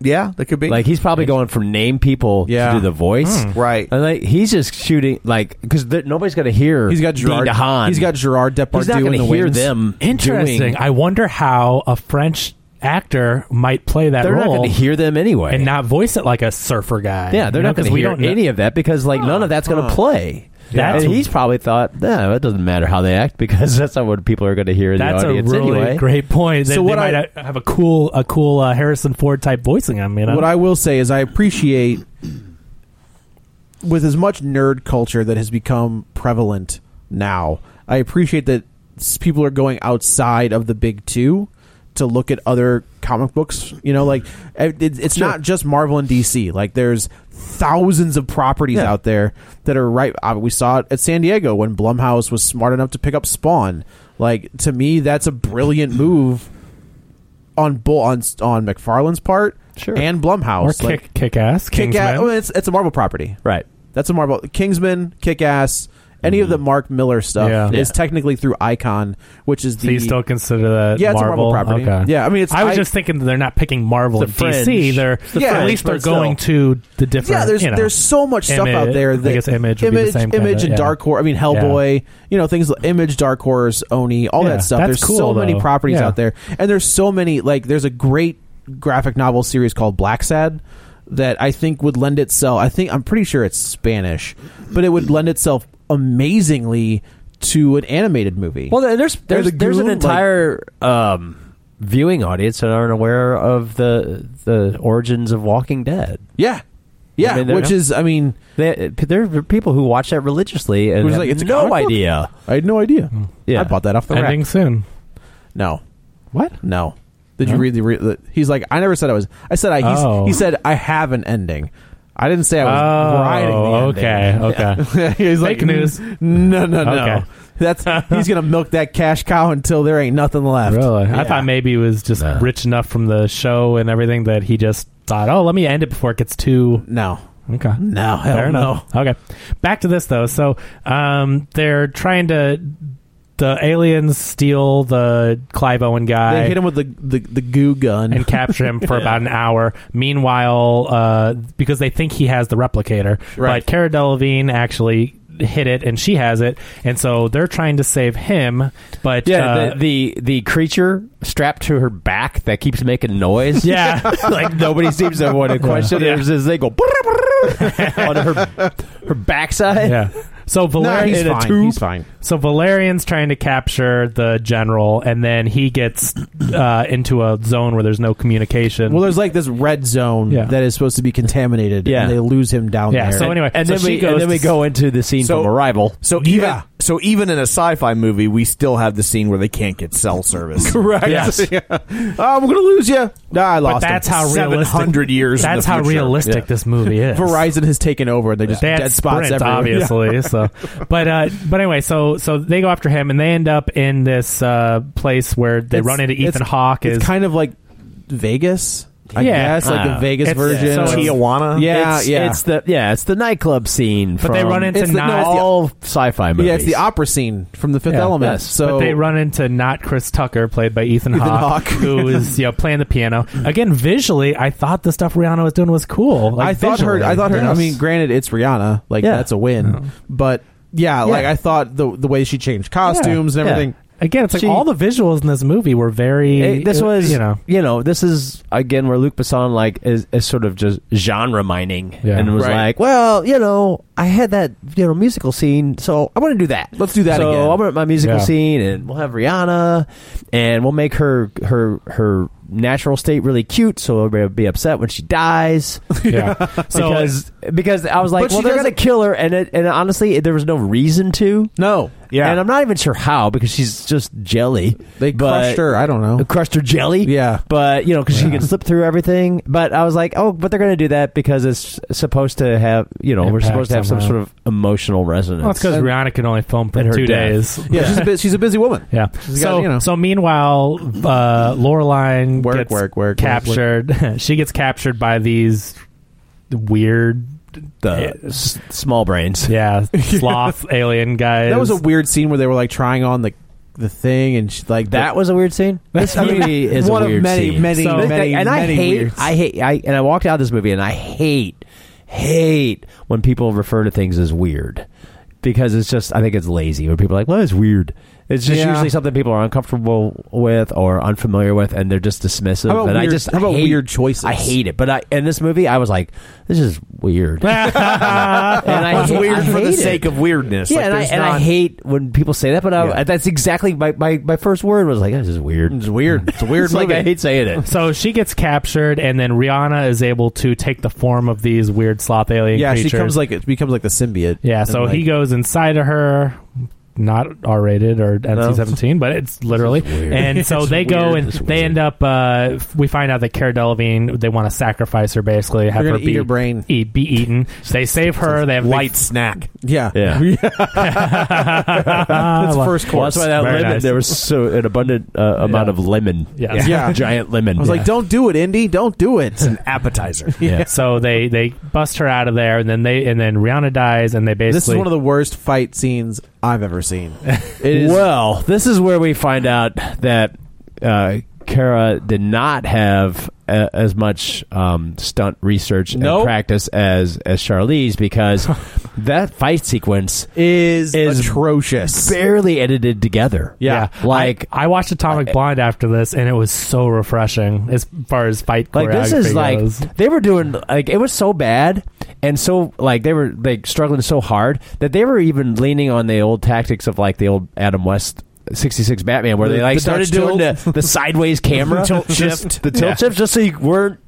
Speaker 1: Yeah, that could be
Speaker 5: Like he's probably going from name people
Speaker 3: Yeah. Hmm.
Speaker 5: to do the voice,
Speaker 1: Right.
Speaker 5: And like he's just shooting like because nobody's going to hear.
Speaker 3: he's got
Speaker 5: Dean
Speaker 3: Gerard.
Speaker 5: DeHaan.
Speaker 3: He's got Gerard Depardieu
Speaker 5: He's not
Speaker 3: in
Speaker 5: going
Speaker 3: the
Speaker 5: to hear
Speaker 3: wings.
Speaker 5: them.
Speaker 2: Interesting.
Speaker 5: doing-
Speaker 2: I wonder how a French actor might play that
Speaker 5: they're not
Speaker 2: role
Speaker 5: going to hear them anyway.
Speaker 2: and not voice it like a surfer guy.
Speaker 5: yeah, they're
Speaker 2: You know,
Speaker 5: not going
Speaker 2: 'cause
Speaker 5: to
Speaker 2: we
Speaker 5: hear
Speaker 2: don't know-
Speaker 5: any of that because like none of that's going to play.
Speaker 2: That's-
Speaker 5: and he's probably thought, no, it doesn't matter how they act <laughs> because that's not what people are going to hear in
Speaker 2: That's
Speaker 5: the
Speaker 2: a
Speaker 5: audience
Speaker 2: really
Speaker 5: anyway.
Speaker 2: great point. They,
Speaker 3: So what
Speaker 2: they
Speaker 3: I-
Speaker 2: might ha- have a cool, a cool uh, Harrison Ford type voicing. I mean,
Speaker 3: What I will say is, I appreciate with as much nerd culture that has become prevalent now. I appreciate that s- people are going outside of the big two to look at other comic books. You know, like it, it- it's not just Marvel and DC. Like there's thousands of properties
Speaker 1: Yeah.
Speaker 3: out there that are right. uh, we saw it at San Diego when Blumhouse was smart enough to pick up Spawn. Like to me, that's
Speaker 2: <clears throat>
Speaker 3: a brilliant move on bull on on McFarlane's part
Speaker 5: Sure.
Speaker 3: and
Speaker 2: Or
Speaker 3: Blumhouse. like,
Speaker 2: kick, kick ass.
Speaker 3: Kick Ass.
Speaker 2: Kingsman.
Speaker 3: Well, it's, it's a Marvel property,
Speaker 5: Right.
Speaker 3: That's a Marvel. Kingsman, Kick Ass, any of the Mark Miller stuff
Speaker 2: Mm. Yeah.
Speaker 3: is
Speaker 2: Yeah.
Speaker 3: technically through Icon, which is the
Speaker 2: so you still consider that
Speaker 3: yeah, it's
Speaker 2: Marvel?
Speaker 3: a Marvel property.
Speaker 2: Okay.
Speaker 3: Yeah, I mean, it's
Speaker 2: I was
Speaker 3: I-
Speaker 2: just thinking that they're not picking Marvel and
Speaker 5: It's the
Speaker 2: DC.
Speaker 5: fringe.
Speaker 2: They're
Speaker 5: It's the
Speaker 2: at
Speaker 3: fringe,
Speaker 2: least they're
Speaker 5: but still.
Speaker 2: going to the different.
Speaker 3: yeah. There's
Speaker 2: you know,
Speaker 3: there's so much stuff
Speaker 2: Image-
Speaker 3: out there.
Speaker 2: I
Speaker 3: That
Speaker 2: guess Image would
Speaker 3: image,
Speaker 2: be the same kinda,
Speaker 3: image, and
Speaker 2: yeah.
Speaker 3: Dark Horse. I mean, Hellboy. You know, things like Image, Dark Horse, Oni, all
Speaker 2: Yeah,
Speaker 3: that stuff.
Speaker 2: that's
Speaker 3: There's
Speaker 2: cool,
Speaker 3: so many
Speaker 2: though.
Speaker 3: properties
Speaker 2: Yeah.
Speaker 3: out there, and there's so many. Like, there's a great graphic novel series called Black Sad that I think would lend itself. I think I'm pretty sure it's Spanish, but it would lend itself amazingly to an animated movie.
Speaker 5: Well, there- there's there's
Speaker 3: the
Speaker 5: there's an
Speaker 3: goon,
Speaker 5: entire um, viewing audience that aren't aware of the the origins of Walking Dead.
Speaker 3: yeah, yeah,
Speaker 5: I mean, there-
Speaker 3: which is, I mean,
Speaker 5: They, there are people who watch that religiously and
Speaker 3: Which is
Speaker 5: have
Speaker 3: like, it's a
Speaker 5: no
Speaker 3: comic book?
Speaker 5: idea.
Speaker 3: I had no idea.
Speaker 2: Hmm.
Speaker 5: Yeah.
Speaker 3: I bought that off the
Speaker 2: ending
Speaker 3: rack.
Speaker 2: soon.
Speaker 3: No,
Speaker 2: What?
Speaker 3: No. Did you read the, re- the? He's like, I never said I was. I said I. He's,
Speaker 2: Oh.
Speaker 3: He said I have an ending. I didn't say I was riding. The
Speaker 2: Oh,
Speaker 3: ending.
Speaker 2: okay,
Speaker 3: <laughs>
Speaker 2: okay.
Speaker 3: he's like,
Speaker 2: Fake news.
Speaker 3: "N- No, no, no.
Speaker 2: Okay.
Speaker 3: That's he's gonna milk that cash cow until there ain't nothing left.
Speaker 2: Really?
Speaker 3: Yeah.
Speaker 2: I thought maybe he was just rich enough from the show and everything that he just thought, oh, let me end it before it gets too.
Speaker 3: no,
Speaker 2: Okay.
Speaker 3: no, hell
Speaker 2: Fair
Speaker 3: no.
Speaker 2: enough. Okay. Back to this, though. So um, they're trying to. The aliens steal the Clive Owen guy.
Speaker 3: They hit him with the the, the goo gun.
Speaker 2: and capture him
Speaker 3: <laughs>
Speaker 2: for about an hour. Meanwhile, uh, because they think he has the replicator,
Speaker 3: Right.
Speaker 2: but Cara Delevingne actually hit it and she has it, and so they're trying to save him. But
Speaker 5: Yeah,
Speaker 2: uh,
Speaker 5: the, the the creature strapped to her back that keeps making noise.
Speaker 2: yeah,
Speaker 5: <laughs> like nobody seems to want to question. it. There's this thing go <laughs> on her her backside.
Speaker 2: yeah. So
Speaker 3: <laughs> Nah,
Speaker 2: Valerian
Speaker 3: he's
Speaker 2: in a
Speaker 3: fine.
Speaker 2: tube.
Speaker 3: He's fine.
Speaker 2: So Valerian's trying to capture the general, and then he gets uh, into a zone where there's no communication.
Speaker 3: Well, there's like this red zone
Speaker 2: Yeah.
Speaker 3: that is supposed to be contaminated,
Speaker 5: Yeah.
Speaker 3: and they lose him down
Speaker 2: yeah.
Speaker 3: there.
Speaker 2: So anyway,
Speaker 5: And
Speaker 2: so
Speaker 5: then
Speaker 2: she
Speaker 5: we
Speaker 2: goes
Speaker 5: and then we
Speaker 2: to-
Speaker 5: go into the scene
Speaker 1: So-
Speaker 5: from Arrival.
Speaker 1: So even
Speaker 3: Yeah.
Speaker 1: so even in a sci-fi movie, we still have the scene where they can't get cell service.
Speaker 3: <laughs> right?
Speaker 2: Yes.
Speaker 3: Yeah. Oh, I'm gonna lose you. Nah, I
Speaker 2: But
Speaker 3: lost. him.
Speaker 2: that's how realistic.
Speaker 1: 700 years in
Speaker 2: That's
Speaker 1: the
Speaker 2: how
Speaker 1: future.
Speaker 2: realistic
Speaker 1: Yeah.
Speaker 2: this movie is.
Speaker 3: Verizon has taken over. and They just
Speaker 2: They had
Speaker 3: dead spots
Speaker 2: Sprint,
Speaker 3: everywhere.
Speaker 2: obviously. So, but uh, but anyway, so so they go after him, and they end up in this uh, place where they
Speaker 3: It's-
Speaker 2: run into Ethan
Speaker 3: it's-
Speaker 2: Hawke.
Speaker 3: It's
Speaker 2: Is
Speaker 3: kind of like Vegas, I
Speaker 2: Yeah.
Speaker 3: guess, like the
Speaker 5: Ah.
Speaker 3: Vegas
Speaker 2: It's-
Speaker 3: version.
Speaker 2: so
Speaker 3: of-
Speaker 2: it's-
Speaker 1: Tijuana.
Speaker 3: Yeah,
Speaker 5: it's,
Speaker 3: yeah.
Speaker 5: It's the yeah, it's the nightclub scene.
Speaker 2: But they
Speaker 5: from-
Speaker 2: run into
Speaker 5: it's the,
Speaker 2: not-
Speaker 5: no, it's all sci-fi movies.
Speaker 3: yeah, it's the opera scene from The Fifth
Speaker 5: Yeah,
Speaker 3: Element.
Speaker 5: yes.
Speaker 3: So
Speaker 2: but they run into not Chris Tucker, played by Ethan,
Speaker 3: Ethan
Speaker 2: Hawke,
Speaker 3: Hawke.
Speaker 2: who is you know playing the piano again. Visually, I thought the stuff Rihanna was doing was cool. Like,
Speaker 3: I thought
Speaker 2: visually,
Speaker 3: her. I thought her. I
Speaker 2: yes.
Speaker 3: mean, granted, it's Rihanna. Like
Speaker 5: Yeah.
Speaker 3: that's a win. But yeah, like I thought the the way she changed costumes and
Speaker 5: yeah.
Speaker 3: everything.
Speaker 2: again, it's like
Speaker 5: she-
Speaker 2: all the visuals in this movie were very.
Speaker 5: It- this
Speaker 2: uh,
Speaker 5: was
Speaker 2: you
Speaker 5: <laughs>
Speaker 2: know.
Speaker 5: this is again where Luc Besson like is, is sort of just genre mining
Speaker 2: Yeah.
Speaker 5: and was
Speaker 3: Right.
Speaker 5: like, well, you know, I had that you know musical scene, so I want to do that.
Speaker 3: Let's do that
Speaker 5: So
Speaker 3: again.
Speaker 5: I'll put my musical
Speaker 2: Yeah.
Speaker 5: scene, and we'll have Rihanna, and we'll make her her her natural state really cute, so everybody will be upset when
Speaker 3: <laughs>
Speaker 5: she dies.
Speaker 2: Yeah. So
Speaker 5: because because I was like,
Speaker 3: But
Speaker 5: well,
Speaker 3: she
Speaker 5: they're gonna
Speaker 3: doesn't-
Speaker 5: kill her, and it, and honestly, there was no reason to.
Speaker 3: No,
Speaker 1: Yeah.
Speaker 5: And I'm not even sure how because she's just jelly.
Speaker 3: they
Speaker 5: But-
Speaker 3: crushed her. I don't know.
Speaker 5: crushed her jelly.
Speaker 3: Yeah.
Speaker 5: But, you know, because she can slip through everything. But I was like, oh, but they're going to do that because it's supposed to have, you know, we're
Speaker 2: Impact
Speaker 5: supposed to have some
Speaker 2: somehow.
Speaker 5: sort of emotional resonance.
Speaker 2: well, it's because Rihanna could only film for
Speaker 5: And her
Speaker 2: two
Speaker 5: death.
Speaker 2: days.
Speaker 3: <laughs> Yeah, she's a bit, she's a
Speaker 5: <laughs>
Speaker 3: busy woman.
Speaker 2: Yeah.
Speaker 3: She's
Speaker 2: so
Speaker 3: got, you know.
Speaker 2: so meanwhile, uh, Loreline
Speaker 3: Work,
Speaker 2: gets
Speaker 3: work, work, work,
Speaker 2: captured. <laughs> she gets captured by these weird,
Speaker 5: the s- small
Speaker 2: <laughs>
Speaker 3: <laughs>
Speaker 5: brains.
Speaker 2: yeah, sloth alien guys.
Speaker 3: That was a weird scene where they were like trying on the the thing and she, like
Speaker 5: That was a weird scene. This
Speaker 3: I mean,
Speaker 5: movie is
Speaker 3: one
Speaker 5: a weird
Speaker 3: of many,
Speaker 5: scene.
Speaker 3: many,
Speaker 2: So-
Speaker 3: many,
Speaker 5: Like,
Speaker 3: many,
Speaker 5: and I hate,
Speaker 3: weirds.
Speaker 5: I hate, I and I walked out of this movie and I hate, hate when people refer to things as weird because it's just I think it's lazy when people are like, well, it's weird. It's just
Speaker 3: Yeah.
Speaker 5: usually something people are uncomfortable with or unfamiliar with, and they're just dismissive.
Speaker 3: How about
Speaker 5: and I
Speaker 3: weird-
Speaker 5: just
Speaker 3: how about
Speaker 5: I hate,
Speaker 3: weird choices?
Speaker 5: I hate it. But I in this movie, I was like, this is weird. <laughs> and I,
Speaker 1: It's
Speaker 5: hate-
Speaker 1: weird
Speaker 5: I
Speaker 1: for the
Speaker 5: hate it.
Speaker 1: sake of weirdness.
Speaker 5: Yeah,
Speaker 1: Like,
Speaker 5: and, I,
Speaker 1: there's
Speaker 5: and I
Speaker 1: not-
Speaker 5: hate when people say that, but I,
Speaker 1: Yeah.
Speaker 5: that's exactly my, my, my first word was like, this is weird.
Speaker 3: It's weird. It's a weird
Speaker 5: It's like
Speaker 3: movie.
Speaker 5: I hate saying it.
Speaker 2: so she gets captured, and then Rihanna is able to take the form of these weird sloth alien
Speaker 3: yeah,
Speaker 2: creatures.
Speaker 3: she comes like it becomes like the symbiote.
Speaker 2: yeah,
Speaker 3: And,
Speaker 2: so
Speaker 3: like,
Speaker 2: he goes inside of her. not R rated or NC seventeen, but it's literally. And so they go and they end up. Uh, f- we find out that Cara Delevingne they want to sacrifice her basically, have
Speaker 3: They're
Speaker 2: her
Speaker 3: gonna eat
Speaker 2: be
Speaker 3: her brain.
Speaker 2: eat, be eaten. They save her. They have a big <laughs>
Speaker 1: Light snack.
Speaker 3: <laughs> Yeah.
Speaker 5: Yeah.
Speaker 3: <laughs>
Speaker 2: That's
Speaker 3: first
Speaker 5: Well,
Speaker 3: course.
Speaker 5: that's why that
Speaker 2: Very
Speaker 5: lemon.
Speaker 2: nice.
Speaker 5: There was so an abundant uh, amount
Speaker 2: Yeah.
Speaker 5: of lemon. <laughs>
Speaker 2: Yeah.
Speaker 3: Yeah.
Speaker 5: giant lemon.
Speaker 3: I was like, don't do it, Indy. Don't do it. <laughs>
Speaker 1: Appetizer.
Speaker 5: yeah.
Speaker 2: So they they bust her out of there, and then they and then Rihanna dies, and they basically
Speaker 3: This is one of the worst fight scenes I've ever
Speaker 5: <laughs>
Speaker 3: seen.
Speaker 5: well, this is where we find out that uh, Kara did not have a, as much um, stunt research
Speaker 3: Nope.
Speaker 5: and practice as as Charlize because that fight sequence
Speaker 3: is,
Speaker 5: Is-
Speaker 3: atrocious.
Speaker 5: barely edited together.
Speaker 2: Yeah.
Speaker 5: like
Speaker 2: I watched Atomic Blonde after this, and it was so refreshing as far as fight
Speaker 5: like this
Speaker 2: choreography
Speaker 5: is like uh,
Speaker 2: goes.
Speaker 5: they were doing like it was so bad and so like they were like struggling so hard that they were even leaning on the old tactics of like the old Adam West. 66 Batman, where
Speaker 3: The-
Speaker 5: they like
Speaker 3: the
Speaker 5: started
Speaker 3: Dutch
Speaker 5: doing
Speaker 3: tilt.
Speaker 5: the, the
Speaker 3: <laughs>
Speaker 5: sideways camera
Speaker 3: Tilt
Speaker 5: just-
Speaker 3: shift.
Speaker 5: the tilt
Speaker 3: Yeah.
Speaker 5: shift, just so you weren't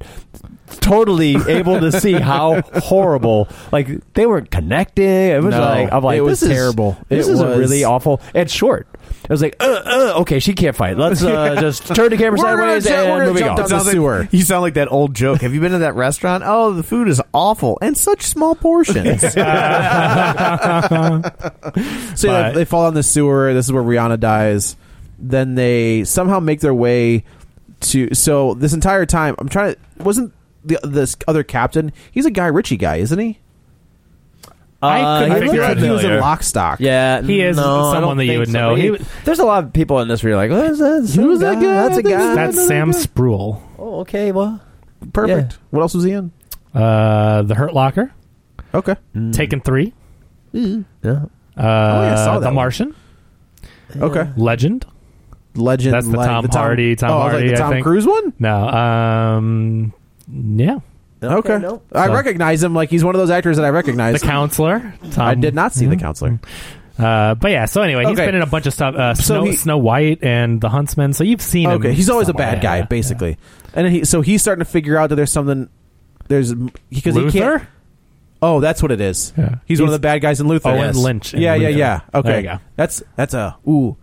Speaker 5: totally able to see how horrible. Like they weren't connected. It was
Speaker 3: No.
Speaker 5: like I'm like
Speaker 3: It was
Speaker 5: this is-
Speaker 3: terrible.
Speaker 5: This
Speaker 3: It
Speaker 5: is
Speaker 3: was-
Speaker 5: a really awful and short. It was like, uh, uh, okay, she can't fight. Let's
Speaker 3: <laughs>
Speaker 5: uh, just turn the camera
Speaker 3: We're gonna
Speaker 5: sideways
Speaker 3: ju- we're
Speaker 5: and
Speaker 3: gonna
Speaker 5: moving
Speaker 3: jump
Speaker 5: on.
Speaker 3: down the sewer.
Speaker 1: You sound like that old joke. Have you been to that
Speaker 3: <laughs>
Speaker 1: restaurant? Oh, the food is awful and such small
Speaker 2: <laughs>
Speaker 1: portions.
Speaker 3: So yeah,
Speaker 2: But-
Speaker 3: they fall down the sewer. This is where Rihanna dies. Then they somehow make their way to. So this entire time, I'm trying to. Wasn't the this other captain? He's a Guy Ritchie guy, isn't he?
Speaker 2: I couldn't
Speaker 5: Uh,
Speaker 3: I
Speaker 2: figure out
Speaker 3: looked like
Speaker 2: who
Speaker 3: he was in
Speaker 2: familiar.
Speaker 3: Lockstock.
Speaker 5: Yeah,
Speaker 2: He is
Speaker 5: no, I
Speaker 2: someone
Speaker 5: don't
Speaker 2: that you
Speaker 5: think
Speaker 2: would
Speaker 5: so.
Speaker 2: know.
Speaker 5: He-
Speaker 2: He-
Speaker 5: there's a lot of people in this where you're like, what is that? Who's
Speaker 3: that guy?
Speaker 5: That's a
Speaker 3: I think
Speaker 5: guy.
Speaker 3: it's
Speaker 2: That's
Speaker 3: another
Speaker 2: Sam
Speaker 3: guy.
Speaker 2: Spruill,
Speaker 5: Oh, okay. Well,
Speaker 3: Perfect.
Speaker 5: Yeah.
Speaker 3: What else was he in?
Speaker 2: uh, The Hurt Locker,
Speaker 3: Okay.
Speaker 2: Taken Three,
Speaker 5: yeah.
Speaker 2: uh,
Speaker 3: Oh, I saw that
Speaker 2: The
Speaker 3: one.
Speaker 2: Martian,
Speaker 3: Okay.
Speaker 2: Legend.
Speaker 3: Legend.
Speaker 2: That's the
Speaker 3: like-
Speaker 2: Tom Hardy- Tom
Speaker 3: oh, I was
Speaker 2: Hardy,
Speaker 3: Like the
Speaker 2: I
Speaker 3: Tom
Speaker 2: think.
Speaker 3: Cruise one.
Speaker 2: No, um, yeah,
Speaker 3: Okay.
Speaker 5: nope.
Speaker 3: I
Speaker 2: So-
Speaker 3: recognize him. Like he's one of those actors that I
Speaker 2: The um, hmm.
Speaker 3: recognize.
Speaker 2: Counselor. Tom,
Speaker 3: I did not see the counselor.
Speaker 2: Uh, but yeah, so anyway, he's
Speaker 3: Okay.
Speaker 2: been in a bunch of stuff. Uh,
Speaker 3: So
Speaker 2: Snow,
Speaker 3: he-
Speaker 2: Snow White and The Huntsman. So you've seen him.
Speaker 3: Okay, he's always a
Speaker 2: somewhere.
Speaker 3: bad guy,
Speaker 2: Yeah,
Speaker 3: basically. And then he, so he's starting to figure out that there's something. There's because he can't.
Speaker 2: Luther?
Speaker 3: Oh, that's what it is.
Speaker 2: Yeah.
Speaker 3: He's, one of
Speaker 2: He's-
Speaker 3: the bad guys in Luther.
Speaker 2: Owen Lynch in
Speaker 3: yeah, yeah,
Speaker 2: Luther.
Speaker 3: yeah. Okay,
Speaker 2: There you go.
Speaker 3: that's that's a ooh,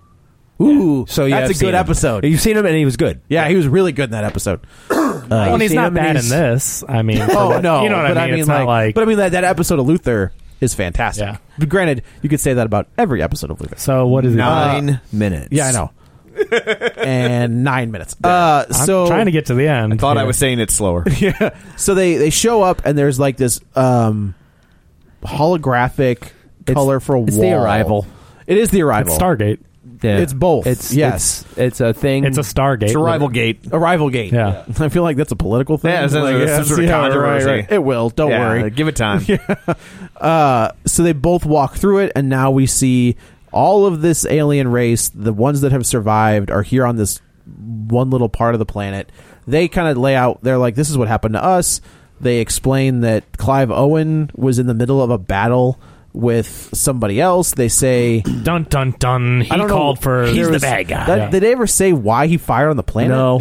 Speaker 3: ooh.
Speaker 5: So yeah,
Speaker 3: that's
Speaker 5: I've
Speaker 3: a
Speaker 5: seen
Speaker 3: good
Speaker 5: him.
Speaker 3: episode.
Speaker 5: You've seen him, and he was good.
Speaker 3: yeah, he was really good in that episode.
Speaker 2: yeah. <coughs> Well, and he's
Speaker 5: seen
Speaker 2: not
Speaker 5: him and
Speaker 2: bad in
Speaker 5: he's-
Speaker 2: this. I
Speaker 3: <laughs>
Speaker 2: mean, for
Speaker 3: oh
Speaker 2: what-
Speaker 3: no,
Speaker 2: you know what
Speaker 3: but
Speaker 2: I mean. It's
Speaker 3: like,
Speaker 2: not like,
Speaker 3: but I mean that that episode of Luther is fantastic.
Speaker 2: Yeah.
Speaker 3: But granted, you could say that about every episode of Luther. Uh,
Speaker 2: so what is it?
Speaker 1: Nine minutes.
Speaker 3: Yeah,
Speaker 1: <laughs>
Speaker 3: I know. and nine minutes. Uh,
Speaker 2: I'm
Speaker 3: so
Speaker 2: trying to get to the end.
Speaker 1: I thought I
Speaker 2: here.
Speaker 1: was saying it
Speaker 3: <laughs>
Speaker 1: slower.
Speaker 3: so they they show up and there's like this um holographic colorful
Speaker 5: it's
Speaker 3: wall.
Speaker 5: the arrival.
Speaker 3: It is the
Speaker 2: It's
Speaker 3: arrival.
Speaker 2: Stargate.
Speaker 3: It's both.
Speaker 5: It's
Speaker 3: Yes.
Speaker 5: It's, it's a thing.
Speaker 2: It's a
Speaker 3: Mm.
Speaker 2: Stargate.
Speaker 1: It's a rival gate.
Speaker 3: arrival gate.
Speaker 2: Yeah.
Speaker 3: <laughs> I feel like that's a political thing.
Speaker 1: Yeah, it's- it's-
Speaker 3: Like,
Speaker 1: it's some sort of
Speaker 3: yeah, right,
Speaker 1: controversy.
Speaker 3: right. It will. Don't
Speaker 1: Yeah,
Speaker 3: worry.
Speaker 1: Give it
Speaker 3: <laughs>
Speaker 1: time.
Speaker 3: So they both walk through it, and now we see all of this alien race. The ones that have survived are here on this one little part of the planet. They kind of lay out. They're like, "This is what happened to us." They explain that Clive Owen was in the middle of a battle with somebody else. They say
Speaker 2: Dun dun dun. He
Speaker 3: I don't know.
Speaker 2: called for.
Speaker 3: There was- That,
Speaker 2: Yeah.
Speaker 3: Did they ever say why he fired on the planet?
Speaker 5: no.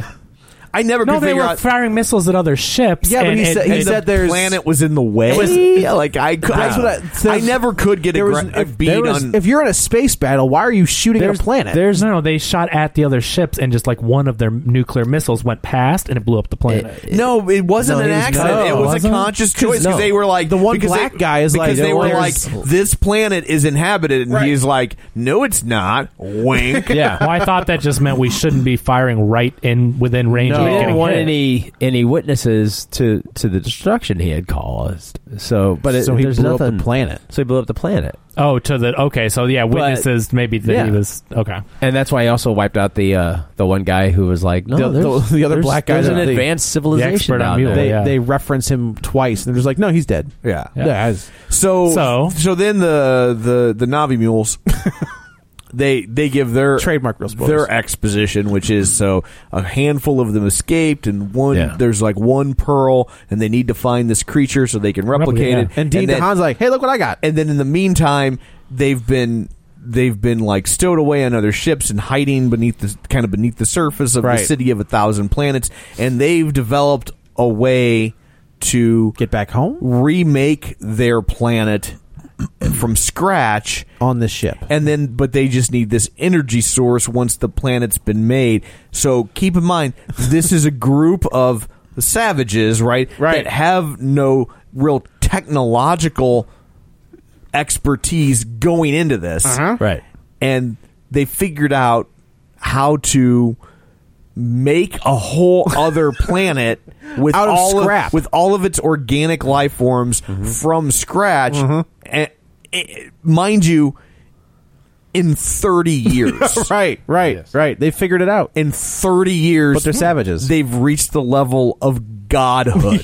Speaker 1: I never
Speaker 2: no,
Speaker 1: could
Speaker 2: they
Speaker 1: figure
Speaker 2: were
Speaker 1: out.
Speaker 2: firing missiles at other ships.
Speaker 3: Yeah, but
Speaker 2: and
Speaker 3: he
Speaker 2: it-
Speaker 3: said- he
Speaker 2: it-
Speaker 3: said there's-
Speaker 1: planet was in the way.
Speaker 3: It was-
Speaker 1: Yeah, like I, cou-
Speaker 3: That's
Speaker 1: I,
Speaker 3: what I- so-
Speaker 1: I never could get a,
Speaker 3: There was,
Speaker 1: gri- a
Speaker 3: if,
Speaker 1: bead
Speaker 3: there was-
Speaker 1: on.
Speaker 3: if you're in a space battle, why are you shooting at a
Speaker 2: there's-
Speaker 3: planet?
Speaker 2: There's no, no. They shot at the other ships, and just like one of their nuclear missiles went past, and it blew up the planet.
Speaker 1: no, it wasn't
Speaker 5: No,
Speaker 1: an
Speaker 5: it was
Speaker 1: accident.
Speaker 5: not.
Speaker 1: it was
Speaker 5: Wasn't?
Speaker 1: a conscious choice because
Speaker 5: no.
Speaker 1: they were like
Speaker 3: The one
Speaker 1: because
Speaker 3: black
Speaker 1: they-
Speaker 3: guy is like,
Speaker 1: because they were like
Speaker 3: there's-
Speaker 1: this planet is inhabited, and he's like, no, it's not. Wink.
Speaker 2: <laughs>
Speaker 5: Yeah.
Speaker 2: well, I thought that just meant we shouldn't be firing right in within range.
Speaker 5: No,
Speaker 2: of
Speaker 5: we didn't
Speaker 2: getting
Speaker 5: want
Speaker 2: hit.
Speaker 5: any any witnesses to to the destruction he had caused. So, but it,
Speaker 3: so he
Speaker 5: there's
Speaker 3: blew
Speaker 5: nothing.
Speaker 3: up the planet.
Speaker 5: So he blew up the planet,
Speaker 2: Oh, to the okay. So yeah, witnesses maybe that
Speaker 5: yeah.
Speaker 2: he was okay.
Speaker 5: and that's why he also wiped out the uh, the one guy who was like,
Speaker 9: Oh,
Speaker 5: no,
Speaker 3: The- the-
Speaker 5: there's-
Speaker 3: the other
Speaker 5: there's-
Speaker 3: black guy
Speaker 5: There's
Speaker 3: that
Speaker 5: an
Speaker 3: the-
Speaker 5: advanced
Speaker 2: the
Speaker 5: civilization
Speaker 2: expert on
Speaker 5: down
Speaker 2: Mule.
Speaker 5: there.
Speaker 3: They
Speaker 2: Yeah.
Speaker 3: they reference him twice, and they're just like, "No, he's dead."
Speaker 1: Yeah.
Speaker 3: Yeah, it's-
Speaker 1: So,
Speaker 2: So-
Speaker 1: so then the the the Navi
Speaker 3: <laughs>
Speaker 1: mules they they give their
Speaker 3: Trademark real spoilers.
Speaker 1: their exposition which is so a handful of them escaped and one
Speaker 5: Yeah.
Speaker 1: there's like one pearl and they need to find this creature so they can replicate
Speaker 2: yeah.
Speaker 1: it
Speaker 3: and Dean
Speaker 1: then-
Speaker 3: DeHaan's like, "Hey, look what I got!"
Speaker 1: and then in the meantime they've been they've been like stowed away on other ships and hiding beneath the kind of beneath the surface of
Speaker 3: Right.
Speaker 1: the city of a thousand planets and they've developed a way to
Speaker 3: Get back home.
Speaker 1: remake their planet from scratch
Speaker 3: on the ship.
Speaker 1: and then but they just need this energy source once the planet's been made so keep in mind this is a group of savages right
Speaker 3: Right.
Speaker 1: that have no real technological expertise going into this
Speaker 2: Right.
Speaker 1: and they figured out how to make a whole other
Speaker 3: <laughs>
Speaker 1: planet with
Speaker 3: Out of
Speaker 1: all
Speaker 3: scrap. Mm-hmm.
Speaker 1: with all of its organic life forms from scratch and, eh, mind you in
Speaker 3: <laughs>
Speaker 1: 30 years
Speaker 3: Right, right, right. They figured it out.
Speaker 1: in 30 years
Speaker 3: But they're savages.
Speaker 1: they've reached the level of
Speaker 3: <laughs>
Speaker 1: godhood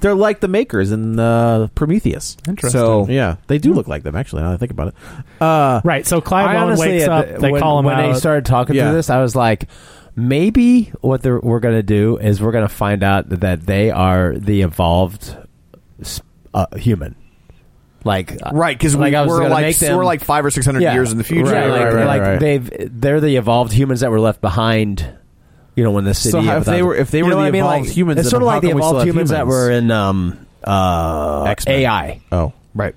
Speaker 3: They're like the makers in uh, Prometheus.
Speaker 2: Interesting.
Speaker 1: So-
Speaker 3: yeah, they do look like them actually. Now that I think about it.
Speaker 2: Right. So Clive
Speaker 5: Uh, I
Speaker 2: Owen
Speaker 5: honestly,
Speaker 2: wakes
Speaker 5: at
Speaker 2: up.
Speaker 5: the-
Speaker 2: they
Speaker 5: when,
Speaker 2: call him
Speaker 5: when
Speaker 2: out.
Speaker 5: they started talking
Speaker 3: Yeah.
Speaker 5: through this, I was like, maybe what they're, we're going to do is we're going to find out that they are the evolved s- uh, human. Like
Speaker 1: right because
Speaker 5: like I was
Speaker 1: we're
Speaker 5: gonna
Speaker 1: like
Speaker 5: make them-
Speaker 1: we're like 5 or 600 years in the future
Speaker 3: Right,
Speaker 5: Right, like
Speaker 3: right,
Speaker 5: like
Speaker 3: right.
Speaker 5: they've they're the evolved humans that were left behind. You know, when the city.
Speaker 3: So how- if
Speaker 5: without
Speaker 3: they
Speaker 5: them.
Speaker 3: were- if they
Speaker 5: You
Speaker 3: were
Speaker 5: know
Speaker 3: the
Speaker 5: what I mean?
Speaker 3: evolved
Speaker 5: Like,
Speaker 3: humans,
Speaker 5: it's
Speaker 3: then
Speaker 5: sort of
Speaker 3: how
Speaker 5: like the
Speaker 3: come we still
Speaker 5: evolved
Speaker 3: have
Speaker 5: humans, that
Speaker 3: humans?
Speaker 5: were in um uh
Speaker 3: X-Men.
Speaker 5: AI,
Speaker 3: Oh,
Speaker 5: right?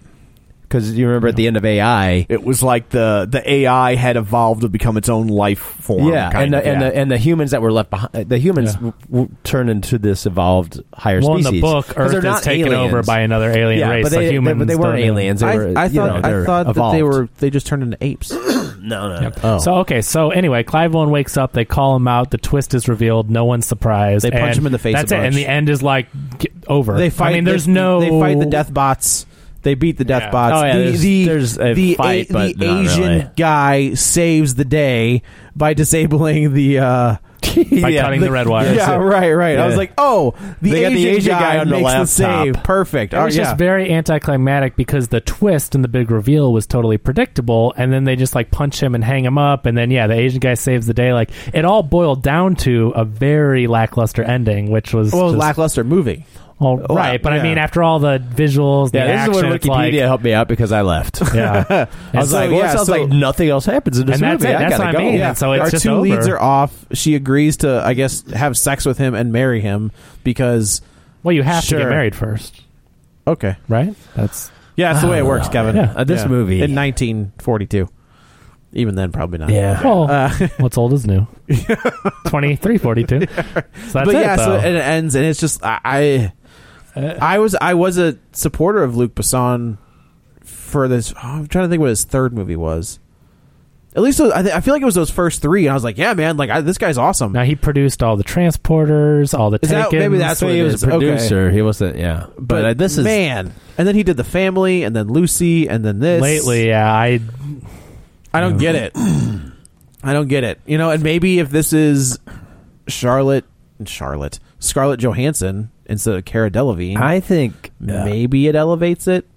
Speaker 5: Because you remember at the end of AI,
Speaker 1: it was like the the AI had evolved to become its own life form.
Speaker 5: yeah, and
Speaker 1: kind
Speaker 5: the,
Speaker 1: of.
Speaker 5: and the and the humans that were left behind, the humans
Speaker 2: Yeah.
Speaker 5: w- w- turned into this evolved higher
Speaker 2: well, in
Speaker 5: species.
Speaker 2: the book,
Speaker 5: 'Cause
Speaker 2: Earth
Speaker 5: they're
Speaker 2: is
Speaker 5: not
Speaker 2: taken
Speaker 5: aliens.
Speaker 2: over by another alien
Speaker 5: yeah,
Speaker 2: race.
Speaker 5: but they,
Speaker 2: like humans,
Speaker 5: they, but they
Speaker 2: don't
Speaker 5: weren't
Speaker 2: know.
Speaker 5: aliens. They
Speaker 3: I,
Speaker 5: were,
Speaker 3: I
Speaker 5: you know,
Speaker 3: thought I
Speaker 5: they're
Speaker 3: thought that they
Speaker 5: evolved.
Speaker 3: were they just turned into apes.
Speaker 5: <coughs> no, no,
Speaker 2: Yep.
Speaker 3: Oh.
Speaker 2: So okay, so anyway, Clive Owen wakes up. They call him out. The twist is revealed. No one's surprised.
Speaker 3: They punch
Speaker 2: and
Speaker 3: him in the face a
Speaker 2: That's it. And
Speaker 3: bunch.
Speaker 2: the end is like get over.
Speaker 3: They fight.
Speaker 2: I mean,
Speaker 3: they-
Speaker 2: there's no.
Speaker 3: They fight the death bots. They beat the death
Speaker 2: Yeah.
Speaker 3: bots.
Speaker 5: Oh, yeah,
Speaker 3: the,
Speaker 5: there's-
Speaker 3: the,
Speaker 5: there's a
Speaker 3: the
Speaker 5: fight, but
Speaker 3: the
Speaker 5: not
Speaker 3: Asian
Speaker 5: really.
Speaker 3: guy saves the day by disabling the. Uh,
Speaker 2: <laughs> By cutting the red wires.
Speaker 3: Yeah, right, right. I was
Speaker 5: Yeah.
Speaker 3: like, oh, the,
Speaker 5: They got
Speaker 3: Asian,
Speaker 5: the Asian guy
Speaker 3: guy,
Speaker 5: on the
Speaker 3: makes the,
Speaker 5: laptop.
Speaker 3: save. Perfect.
Speaker 2: It
Speaker 3: Oh,
Speaker 2: was
Speaker 3: yeah.
Speaker 2: just very anticlimactic because the twist and the big reveal was totally predictable, and then they just like punch him and hang him up, and then yeah, the Asian guy saves the day. Like it all boiled down to a very lackluster ending, which was
Speaker 3: well,
Speaker 2: just-
Speaker 3: lackluster movie.
Speaker 2: all right. but I
Speaker 3: yeah.
Speaker 2: mean, after all the visuals, the
Speaker 5: Yeah, this
Speaker 2: action,
Speaker 5: is where
Speaker 2: it's like,
Speaker 3: <laughs>
Speaker 5: Wikipedia helped me out because I left.
Speaker 2: yeah,
Speaker 5: I was
Speaker 2: And
Speaker 5: like,
Speaker 2: so,
Speaker 5: well,
Speaker 3: yeah,
Speaker 5: it sounds
Speaker 3: so-
Speaker 5: like nothing else happens in this
Speaker 2: And that's
Speaker 5: movie.
Speaker 2: it.
Speaker 5: I
Speaker 2: That's
Speaker 5: gotta
Speaker 2: what I
Speaker 5: go.
Speaker 2: mean. And so it's
Speaker 3: Our
Speaker 2: just
Speaker 3: two
Speaker 2: over.
Speaker 3: leads are off. She agrees to, I guess, have sex with him and marry him because.
Speaker 2: well, you have to
Speaker 3: Sure.
Speaker 2: get married first,
Speaker 3: Okay.
Speaker 2: right? That's
Speaker 3: Yeah, that's the way it <sighs> works, Kevin.
Speaker 2: Yeah.
Speaker 5: Uh, this movie-
Speaker 3: in 1942. Even then, probably not.
Speaker 5: Yeah.
Speaker 2: well,
Speaker 3: Uh, <laughs>
Speaker 2: what's old is new. Twenty three forty two. So that's
Speaker 3: but
Speaker 2: it,
Speaker 3: yeah, so
Speaker 2: though.
Speaker 3: it ends, and it's just I, I,
Speaker 5: Uh.
Speaker 3: I was I was a supporter of Luc Besson for this. oh, I'm trying to think what his third movie was. At least those- I, th- I feel like it was those first three, and I was like, yeah, man, like I, this guy's awesome.
Speaker 2: now he produced all the transporters, all the
Speaker 3: Is that-
Speaker 2: Takens.
Speaker 3: maybe that's
Speaker 5: So
Speaker 3: what
Speaker 5: he
Speaker 3: it
Speaker 5: was
Speaker 3: is.
Speaker 5: a
Speaker 3: Okay.
Speaker 5: producer. He wasn't. Yeah, but, uh, this is
Speaker 3: man, and then he did the family, and then Lucy, and then this.
Speaker 2: lately. Yeah, I
Speaker 3: I don't get it. <clears throat> I don't get it. You know, and maybe if this is Charlotte, Charlotte, Scarlett Johansson instead of Cara Delevingne,
Speaker 5: I think
Speaker 3: maybe it elevates it.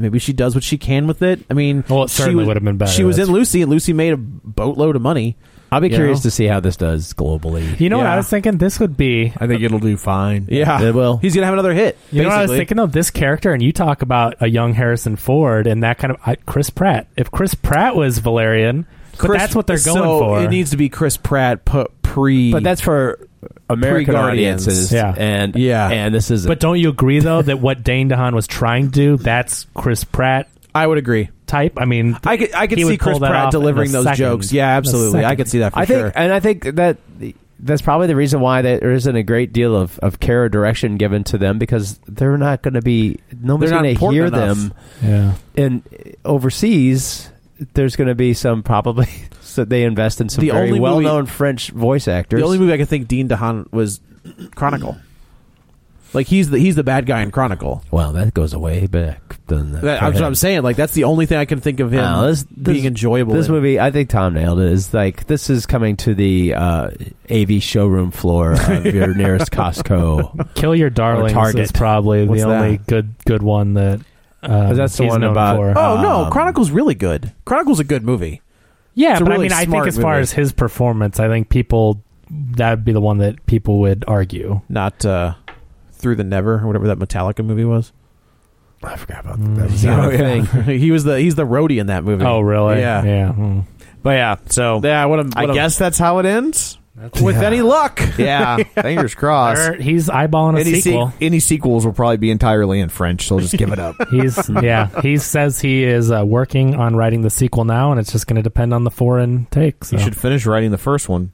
Speaker 3: Maybe she does what she can with it. I mean,
Speaker 2: Well, it
Speaker 3: she
Speaker 2: certainly
Speaker 3: was-
Speaker 2: would have been better,
Speaker 3: She was in
Speaker 2: that's-
Speaker 3: Lucy, and Lucy made a boatload of money.
Speaker 5: I'll be
Speaker 2: You
Speaker 5: curious
Speaker 2: know?
Speaker 5: to see how this does globally.
Speaker 2: You know what
Speaker 3: Yeah.
Speaker 2: I was thinking? This would be.
Speaker 1: I think it'll do fine.
Speaker 3: Yeah,
Speaker 5: It will.
Speaker 3: He's gonna have another hit.
Speaker 2: You know what I was
Speaker 3: basically.
Speaker 2: thinking of? This character, and you talk about a young Harrison Ford and that kind of. I, Chris Pratt. If Chris Pratt was Valerian, but
Speaker 3: Chris-
Speaker 2: that's what they're going
Speaker 3: so
Speaker 2: for.
Speaker 3: It needs to be Chris Pratt put pre.
Speaker 5: But that's for American
Speaker 3: Pre-Guardians.
Speaker 5: audiences.
Speaker 2: Yeah.
Speaker 5: and
Speaker 3: Yeah.
Speaker 5: and this is.
Speaker 2: but don't you agree, though, that what Dane DeHaan was trying to do, that's Chris Pratt
Speaker 3: I would agree.
Speaker 2: type? I mean,
Speaker 3: I could I could
Speaker 2: he would
Speaker 3: see Chris
Speaker 2: pull that
Speaker 3: Pratt
Speaker 2: off in
Speaker 3: delivering
Speaker 2: a
Speaker 3: those
Speaker 2: second.
Speaker 3: jokes. Yeah,
Speaker 2: A
Speaker 3: absolutely. I
Speaker 2: second.
Speaker 3: could see that for
Speaker 5: I
Speaker 3: sure.
Speaker 5: think, and I think that that's probably the reason why there isn't a great deal of of care or direction given to them because they're not going to be nobody's
Speaker 3: They're not
Speaker 5: going to
Speaker 3: important
Speaker 5: hear
Speaker 3: enough.
Speaker 5: them.
Speaker 2: Yeah.
Speaker 5: and overseas there's going to be some probably <laughs> so they invest in some
Speaker 3: The
Speaker 5: very
Speaker 3: only
Speaker 5: well known
Speaker 3: movie-
Speaker 5: French voice actors.
Speaker 3: The only movie I could think Dean DeHaan was Chronicle. Like he's the he's the bad guy in Chronicle.
Speaker 5: well, that goes away back. Doesn't it?
Speaker 3: That, that's what I'm saying. Like that's the only thing I can think of him
Speaker 5: Wow, this- this-
Speaker 3: being enjoyable.
Speaker 5: This
Speaker 3: in.
Speaker 5: movie, I think Tom nailed it. Is like this is coming to the uh, AV showroom floor
Speaker 3: <laughs>
Speaker 5: of your nearest Costco.
Speaker 2: Kill Your Darlings
Speaker 5: Target.
Speaker 2: is probably
Speaker 3: What's
Speaker 2: the
Speaker 3: that?
Speaker 2: only good good one that. Uh,
Speaker 5: That's the
Speaker 2: he's
Speaker 5: one
Speaker 2: known
Speaker 5: about-
Speaker 2: for.
Speaker 3: Oh no,
Speaker 5: Um,
Speaker 3: Chronicle's really good. Chronicle's a good movie.
Speaker 2: Yeah,
Speaker 3: It's a
Speaker 2: but
Speaker 3: really
Speaker 2: I mean, I think
Speaker 3: smart
Speaker 2: as far
Speaker 3: movie.
Speaker 2: as his performance, I think people that would be the one that people would argue.
Speaker 3: Not uh, Through the Never or whatever that Metallica movie was.
Speaker 5: I forgot about that.
Speaker 3: Oh, yeah. <laughs> he was the he's the roadie in that movie.
Speaker 2: Mm. Oh, really?
Speaker 3: Yeah.
Speaker 2: Yeah. hmm.
Speaker 1: But yeah, so
Speaker 3: Yeah, what a, what
Speaker 1: I
Speaker 3: a-
Speaker 1: guess that's how it ends.
Speaker 3: With any luck,
Speaker 1: Yeah, fingers crossed.
Speaker 2: Er, he's eyeballing a
Speaker 1: Any, se-
Speaker 2: sequel.
Speaker 1: any sequels will probably be entirely in French, so I'll just give it
Speaker 3: <laughs>
Speaker 1: up.
Speaker 2: <laughs> he's yeah. He says he is uh, working on writing the sequel now, and it's just going to depend on the foreign takes.
Speaker 1: You should finish writing the first one.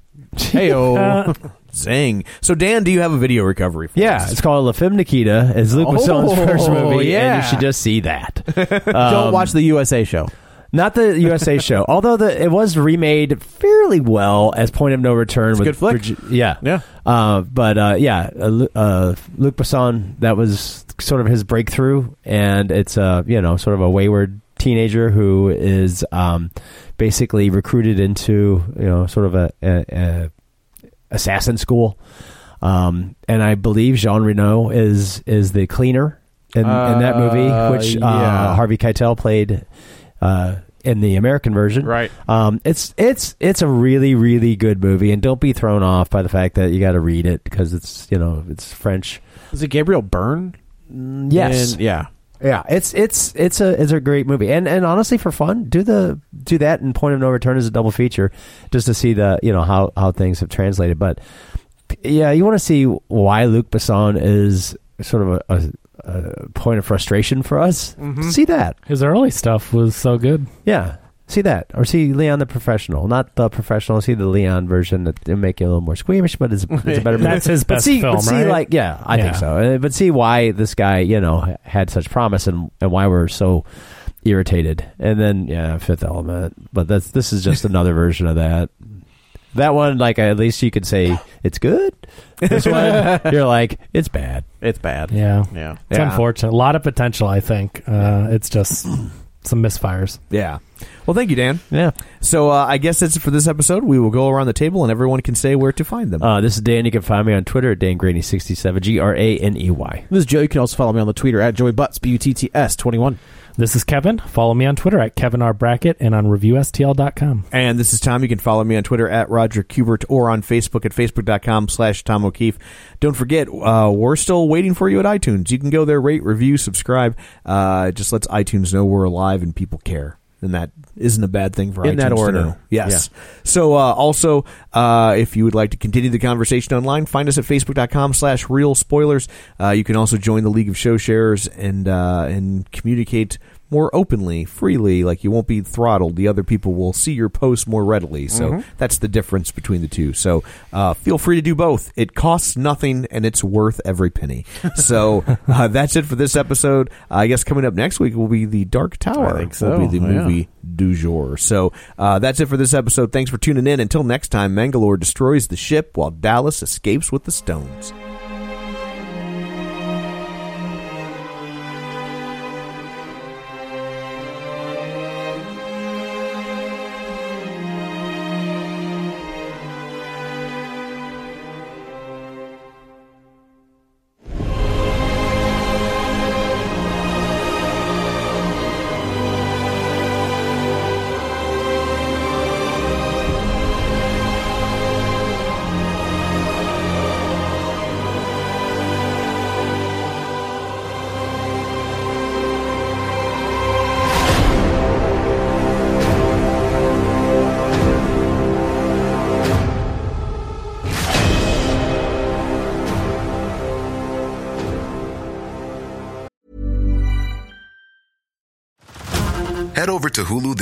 Speaker 3: Oh. <laughs>
Speaker 2: Uh,
Speaker 1: Zing. So, Dan, do you have a video recovery for
Speaker 5: Yeah,
Speaker 1: us?
Speaker 5: it's called La Femme Nikita. It's Luke Besson's first movie, and
Speaker 3: Oh, yeah.
Speaker 5: you should just see that.
Speaker 3: <laughs>
Speaker 5: Um,
Speaker 3: don't
Speaker 1: Um,
Speaker 3: watch the USA show.
Speaker 5: Not
Speaker 3: <laughs>
Speaker 5: the USA show, although the it was remade fairly well as Point of No Return. with
Speaker 3: good flick.
Speaker 5: Bridget- yeah,
Speaker 3: Yeah.
Speaker 5: Uh, but uh, yeah, uh, Lu- uh, Luc Besson that was sort of his breakthrough, and it's uh, you know sort of a wayward teenager who is um, basically recruited into you know sort of a, a, a assassin school, um, and I believe Jean Reno is is the cleaner in, in that
Speaker 3: Uh,
Speaker 5: movie, which
Speaker 3: yeah.
Speaker 5: uh, Harvey Keitel played uh, in the American version.
Speaker 3: Right.
Speaker 5: Um, it's it's it's a really really good movie, and don't be thrown off by the fact that you got to read it because it's you know it's French.
Speaker 3: Is it Gabriel Byrne?
Speaker 5: Yes.
Speaker 3: And- yeah.
Speaker 5: Yeah, it's it's it's a it's a great movie, and and honestly, for fun, do the do that and Point of No Return as a double feature, just to see the you know how how things have translated. But yeah, you want to see why Luc Besson is sort of a, a, a point of frustration for us. See that,
Speaker 2: his early stuff was so good.
Speaker 5: yeah, see that, or see Leon the Professional, not the Professional. See the Leon version that they make you a little more squeamish, but it's, it's a better
Speaker 2: <laughs>
Speaker 5: movie.
Speaker 2: That's his
Speaker 5: But
Speaker 2: best
Speaker 5: see,
Speaker 2: film,
Speaker 5: but see,
Speaker 2: right?
Speaker 5: Like, yeah, I think
Speaker 2: Yeah.
Speaker 5: so. Uh, But see why this guy, you know, had such promise and and why we're so irritated. And then, yeah, Fifth Element. But that's this is just another <laughs> version of that. That one, like, at least you could say it's good.
Speaker 2: <laughs>
Speaker 5: This one, you're like, it's bad.
Speaker 3: It's bad.
Speaker 2: Yeah,
Speaker 3: Yeah.
Speaker 2: it's unfortunate. A lot of potential, I think. Uh, it's just some misfires.
Speaker 1: Yeah. Well, thank you, Dan.
Speaker 5: Yeah.
Speaker 1: So, uh, I guess that's it for this episode. We will go around the table and everyone can say where to find them.
Speaker 5: Uh, this is Dan. You can find me on Twitter at DanGraney67, G R A N E Y.
Speaker 3: This is Joe. You can also follow me on the Twitter at Joey Butts, B U T T S 21.
Speaker 2: This is Kevin. Follow me on Twitter at Kevin R Brackett and on ReviewSTL.com.
Speaker 1: And this is Tom. You can follow me on Twitter at Roger Kubert or on Facebook at facebook.com slash Tom O'Keefe. Don't forget, uh, we're still waiting for you at iTunes. You can go there, rate, review, subscribe. Uh, it just lets iTunes know we're alive and people care. And that isn't a bad thing for
Speaker 3: In
Speaker 1: iTunes
Speaker 3: that
Speaker 1: to
Speaker 3: order.
Speaker 1: know. Yes. So uh, also, uh, if you would like to continue the conversation online, find us at facebook.com slash real spoilers. Uh, you can also join the League of Show Sharers and, uh, and communicate more openly, freely. Like you won't be throttled. The other people will see your posts more readily. So
Speaker 3: Mm-hmm.
Speaker 1: that's the difference between the two. So uh, feel free to do both. It costs nothing and it's worth every penny. So uh, <laughs> that's it for this episode. I guess coming up next week will be The Dark Tower.
Speaker 3: I think
Speaker 1: Will be the
Speaker 3: so, yeah.
Speaker 1: movie du jour. So uh, that's it for this episode. Thanks for tuning in. Until next time, Mangalore destroys the ship while Dallas escapes with the stones.
Speaker 10: Head over to Hulu